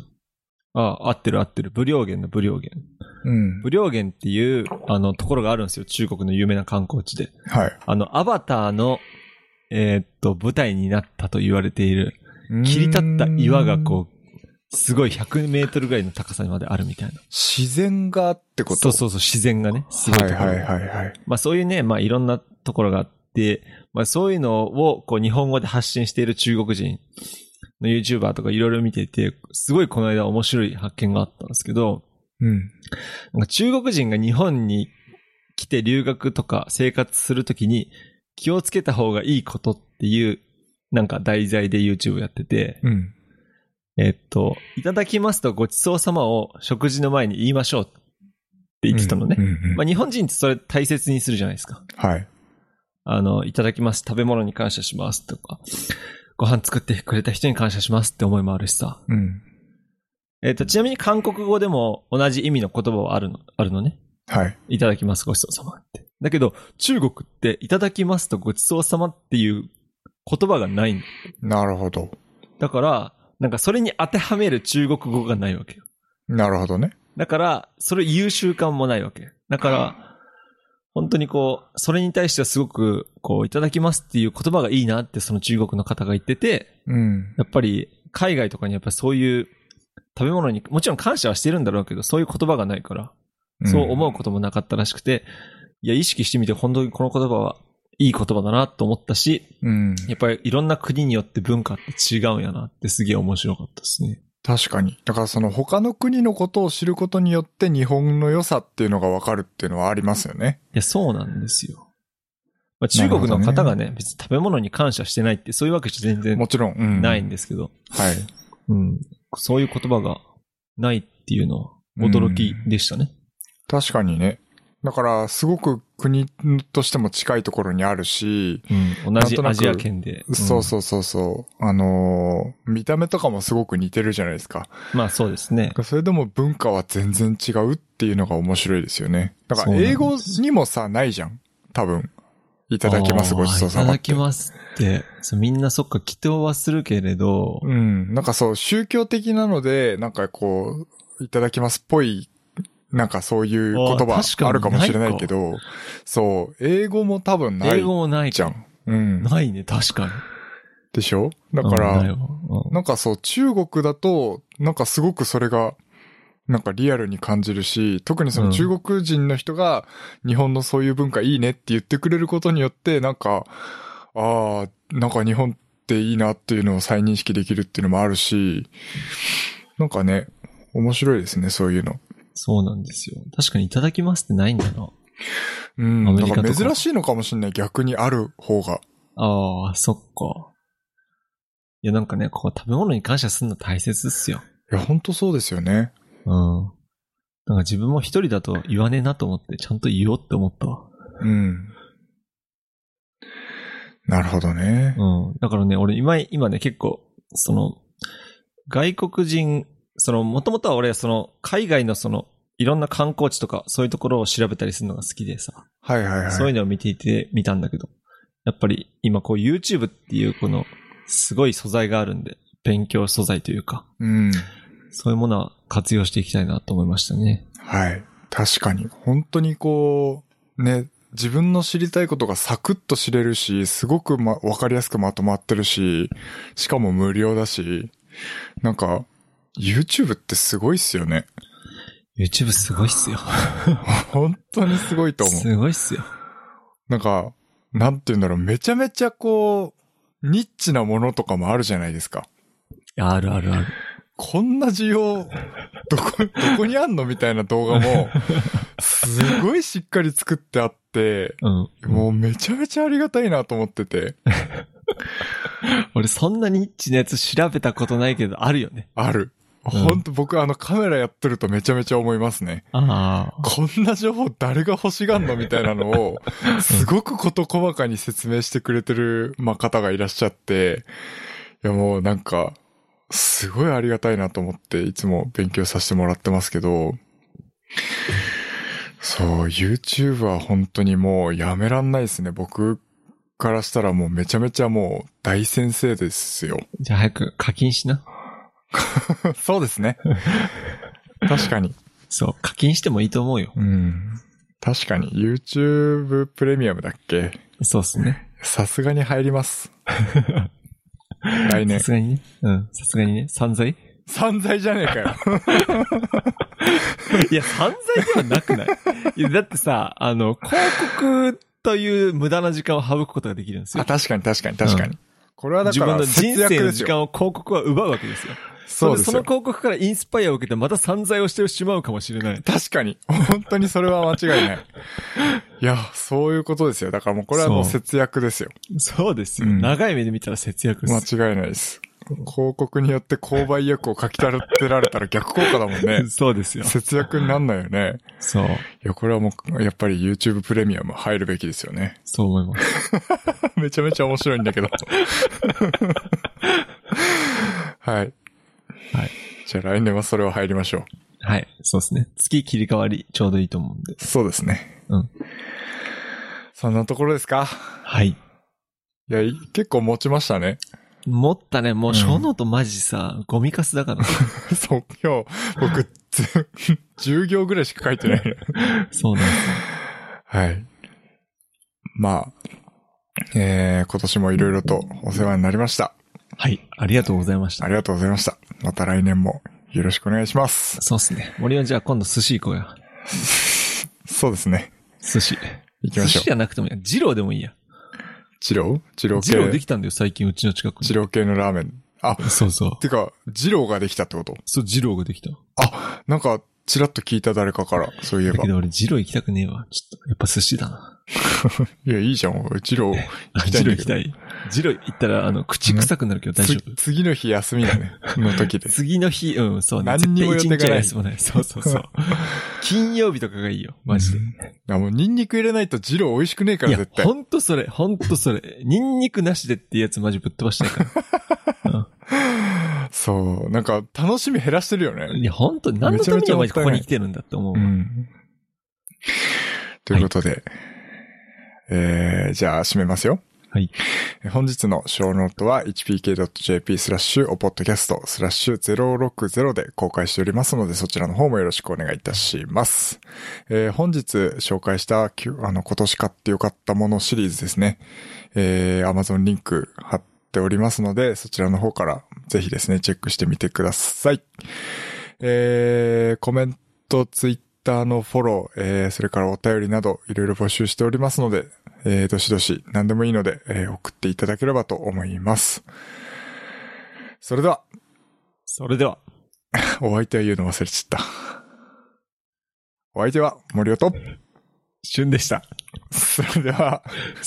B: ああ、合ってる合ってる。武陵源だ、武陵源。
A: うん。
B: 武陵源っていう、あの、ところがあるんですよ。中国の有名な観光地で。
A: はい。
B: あの、アバターの、えーっと、舞台になったと言われている、切り立った岩がこう、すごい100メートルぐらいの高さまであるみたいな
A: う。。自然がってこと
B: そうそうそう、自然がね、すごいとこ
A: は
B: ろ
A: いはいはいはい。
B: まあそういうね、まあいろんなところがあって、まあそういうのをこう日本語で発信している中国人の YouTuber とかいろいろ見てて、すごいこの間面白い発見があったんですけど、
A: うん。
B: なんか中国人が日本に来て留学とか生活するときに気をつけた方がいいことっていうなんか題材で YouTube やってて、
A: うん。
B: えっと、いただきますとごちそうさまを食事の前に言いましょうって言ってたのね。
A: うんうんうん
B: まあ日本人ってそれ大切にするじゃないですか。
A: はい。
B: あの、いただきます。食べ物に感謝します。とか、ご飯作ってくれた人に感謝しますって思いもあるしさ。
A: うん。
B: えっ、と、ちなみに韓国語でも同じ意味の言葉はあるの、あるのね。
A: はい。
B: いただきます。ごちそうさまって。だけど、中国って、いただきますとごちそうさまっていう言葉がないの。
A: なるほど。
B: だから、なんかそれに当てはめる中国語がないわけよ。
A: なるほどね。
B: だから、それ言う習慣もないわけ。だから、本当にこう、それに対してはすごく、こう、いただきますっていう言葉がいいなってその中国の方が言ってて、
A: うん。
B: やっぱり海外とかにやっぱそういう食べ物にもちろん感謝はしてるんだろうけど、そういう言葉がないから、そう思うこともなかったらしくて、いや、意識してみて本当にこの言葉はいい言葉だなと思ったし、
A: うん。うん。
B: やっぱりいろんな国によって文化って違うんやなってすげえ面白かったですね。
A: 確かに。だからその他の国のことを知ることによって日本の良さっていうのがわかるっていうのはありますよね。
B: いや、そうなんですよ。まあ、中国の方がね別に食べ物に感謝してないってそういうわけじゃ全
A: も
B: 然
A: ちろん。うん。
B: ないんですけど、
A: はい。
B: うん、そういう言葉がないっていうのは驚きでしたね。
A: 確かにね。だから、すごく国としても近いところにあるし、
B: うん、同
A: なん
B: じ
A: となく
B: アジア圏で。ん
A: そうそうそうそう。あのー見た目とかもすごく似てるじゃないですか。
B: まあそうですね。
A: それでも文化は全然違うっていうのが面白いですよね。だから、英語にもさ、ないじゃん。多分。いただきます、
B: あー
A: ごちそうさま。
B: いただきますって。そうみんなそっか、祈祷はするけれど、
A: うん。なんかそう、宗教的なので、なんかこう、いただきますっぽい、なんかそういう言
B: あ
A: 葉
B: 確かに
A: あるかもしれないけど、そう、英語も多分ない
B: 英語もない
A: じゃん。うん。
B: ないね、確かに。
A: でしょだか
B: うんない
A: ら、
B: わうん
A: なんかそう、中国だと、なんかすごくそれが、なんかリアルに感じるし、特にその中国人の人が日本のそういう文化いいねって言ってくれることによって、なんか、ああ、なんか日本っていいなっていうのを再認識できるっていうのもあるし、なんかね、面白いですね、そういうの。
B: そうなんですよ。確かにいただきますってないんだな。
A: うん。な
B: アメリ
A: ん
B: カとか
A: か珍しいのかもしれない、逆にある方が。
B: ああ、そっか。いや、なんかね、こう、食べ物に感謝するの大切っすよ。
A: いや、ほんとそうですよね。
B: うん。なんか自分も一人だと言わねえなと思って、ちゃんと言おうって思ったわ。
A: うん。なるほどね。
B: うん。だからね、俺今、今ね、結構、その、外国人、その、もともとは俺、その、海外のその、いろんな観光地とか、そういうところを調べたりするのが好きでさ、
A: はいはいはい。
B: そういうのを見ていて、見たんだけど、やっぱり今こう YouTube っていうこの、すごい素材があるんで、勉強素材というか、
A: うん。
B: そういうものは活用していきたいなと思いましたね。
A: はい。確かに。本当にこう、ね、自分の知りたいことがサクッと知れるし、すごくま、わかりやすくまとまってるし、しかも無料だし、なんか、YouTube ってすごいっすよね。
B: YouTube すごいっすよ。
A: 本当にすごいと思う。
B: すごいっすよ。
A: なんか、なんて言うんだろう、めちゃめちゃこう、ニッチなものとかもあるじゃないですか。
B: あるあるある。
A: こんな需要、どこ、どこにあんのみたいな動画も、すごいしっかり作ってあって、
B: うん。
A: もうめちゃめちゃありがたいなと思ってて。
B: 俺そんなニッチなやつ調べたことないけど、あるよね。
A: ある。
B: うん
A: ほんと僕あのカメラやってるとめちゃめちゃ思いますね。
B: ああ。
A: こんな情報誰が欲しがんのみたいなのを、すごく事細かに説明してくれてる、まあ、方がいらっしゃって、いやもうなんか、すごいありがたいなと思って、いつも勉強させてもらってますけど、そう、YouTube は本当にもうやめらんないですね。僕からしたらもうめちゃめちゃもう大先生ですよ。
B: じゃあ早く課金しな。
A: そうですね。確かに。
B: そう、課金してもいいと思うよ。
A: うん。確かに。YouTube プレミアムだっけ
B: そうっすね。
A: さすがに入り ます。来
B: さ
A: 年。
B: すがにね。うん、さすがにね。散財
A: 散財じゃねえか よ。
B: いや、散財ではなくないいや、だってさ、あの、広告という無駄な時間を省くことができるんです
A: あ、
B: よ。
A: 確かに確かに確かに。これはだ
B: 自
A: か
B: 分
A: ら
B: の人
A: 節約
B: 生の
A: です
B: 時
A: よ。
B: 間を広告は奪うわけですよ。
A: そうです
B: その
A: よ。
B: 広告からインスパイアを受けてまた散財をしてしまうかもしれない。
A: 確かに。本当にそれは間違いない。いや、そういうことですよ。だからもうこれはもう
B: そう
A: 節約ですよ。
B: そうですよ。
A: うん
B: 長い目で見たら節約です。。
A: 間違いないです。広告によって購買意欲をかきたてられたら逆効果だもんね
B: そうですよ。
A: 節約になんないよね。
B: そう。
A: いや、これはもう、やっぱり YouTube プレミアム入るべきですよね。
B: そう思います。
A: めちゃめちゃ面白いんだけど。 はい。
B: はい。
A: じゃあ来年はそれを入りましょ
B: はい。そうですね。月切り替わりちょうどいいと思うんで。
A: う。そうですね。
B: うん。
A: そんなところですか
B: はい。
A: いや、い結構持ちましたね。
B: 持ったね、も
A: う
B: う、
A: ん
B: 小ノートマジさ、ゴミカス だから。
A: そう、今日、僕、ず10行ぐらいしか書いてない の。
B: そうなんですよ。
A: はい。まあ、えー、今年もいろいろとお世話になりました。
B: はい。ありがとうございまし
A: あ
B: た。
A: りがとうございました。また来年もよろしくお願いします。
B: そうっすね。森はじゃあ今度寿司行こうや。
A: そうですね。
B: 寿司。
A: 行き
B: 寿
A: まし ょ
B: 司じゃなくてもいいや。二郎でもいいや。
A: う。ロ郎ジロ
B: 二郎で
A: ー系。
B: きたんだよ、最近うちの近くに
A: ジ。ロー系のラーメン。あ、
B: そうそう。
A: てか、ジローができたってこと
B: そう、二郎ができた。
A: あ、なんか、ちらっと聞いた誰かから、そういえ
B: だ
A: ば
B: け。ど俺二郎行きたくねえわ。ちょっと、やっぱ寿司だな。
A: いや、いいじゃん。ジ ロー、行きたいん
B: 二郎
A: だ
B: 行
A: け
B: き
A: ど
B: たい。二郎行ったら、あの、口臭くなるけど大丈夫
A: つ。次の日休みだね。の時で。
B: 次の日、うん、そうね。
A: 何にも
B: 絶
A: 予定
B: 対一日
A: が
B: は
A: ない
B: 休まない。そうそう そう。金曜日とかがいいよ、 マジで。
A: うんあ、もう、ニンニク入れないとジロー美味しくねえから、
B: いや
A: 絶、対
B: ほ。んとそれ、ほんとそれ。ニンニクなしでってやつマジぶっ飛ばしたいか
A: そう。なんか、楽しみ減らしてるよ
B: ら。
A: ね。
B: いや、ほんと、何のためにお前
A: めちゃめちゃもっ
B: こ
A: たいない
B: こに来てるんだって思
A: う
B: うわ。
A: ん。ということで、えー、じゃあ、締めますよ。
B: はい。
A: 本日の小ノートは hpk.jp スラッシュおポッドキャストスラッシュ060で公開しておりますのでそちらの方もよろしくお願いいたします。えー本日紹介したきゅあの今年買ってよかったものシリーズですね。えー Amazon リンク貼っておりますのでそちらの方からぜひですねチェックしてみてください。えーコメント、ツイッターのフォロー、えーそれからお便りなどいろいろ募集しておりますので、えーどしどし何でもいいので、えー送っていただければと思います。それでは、
B: それでは、
A: お相手は言うの忘れちゃった。お相手は森尾と、
B: 旬でした。
A: それでは、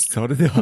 B: それでは。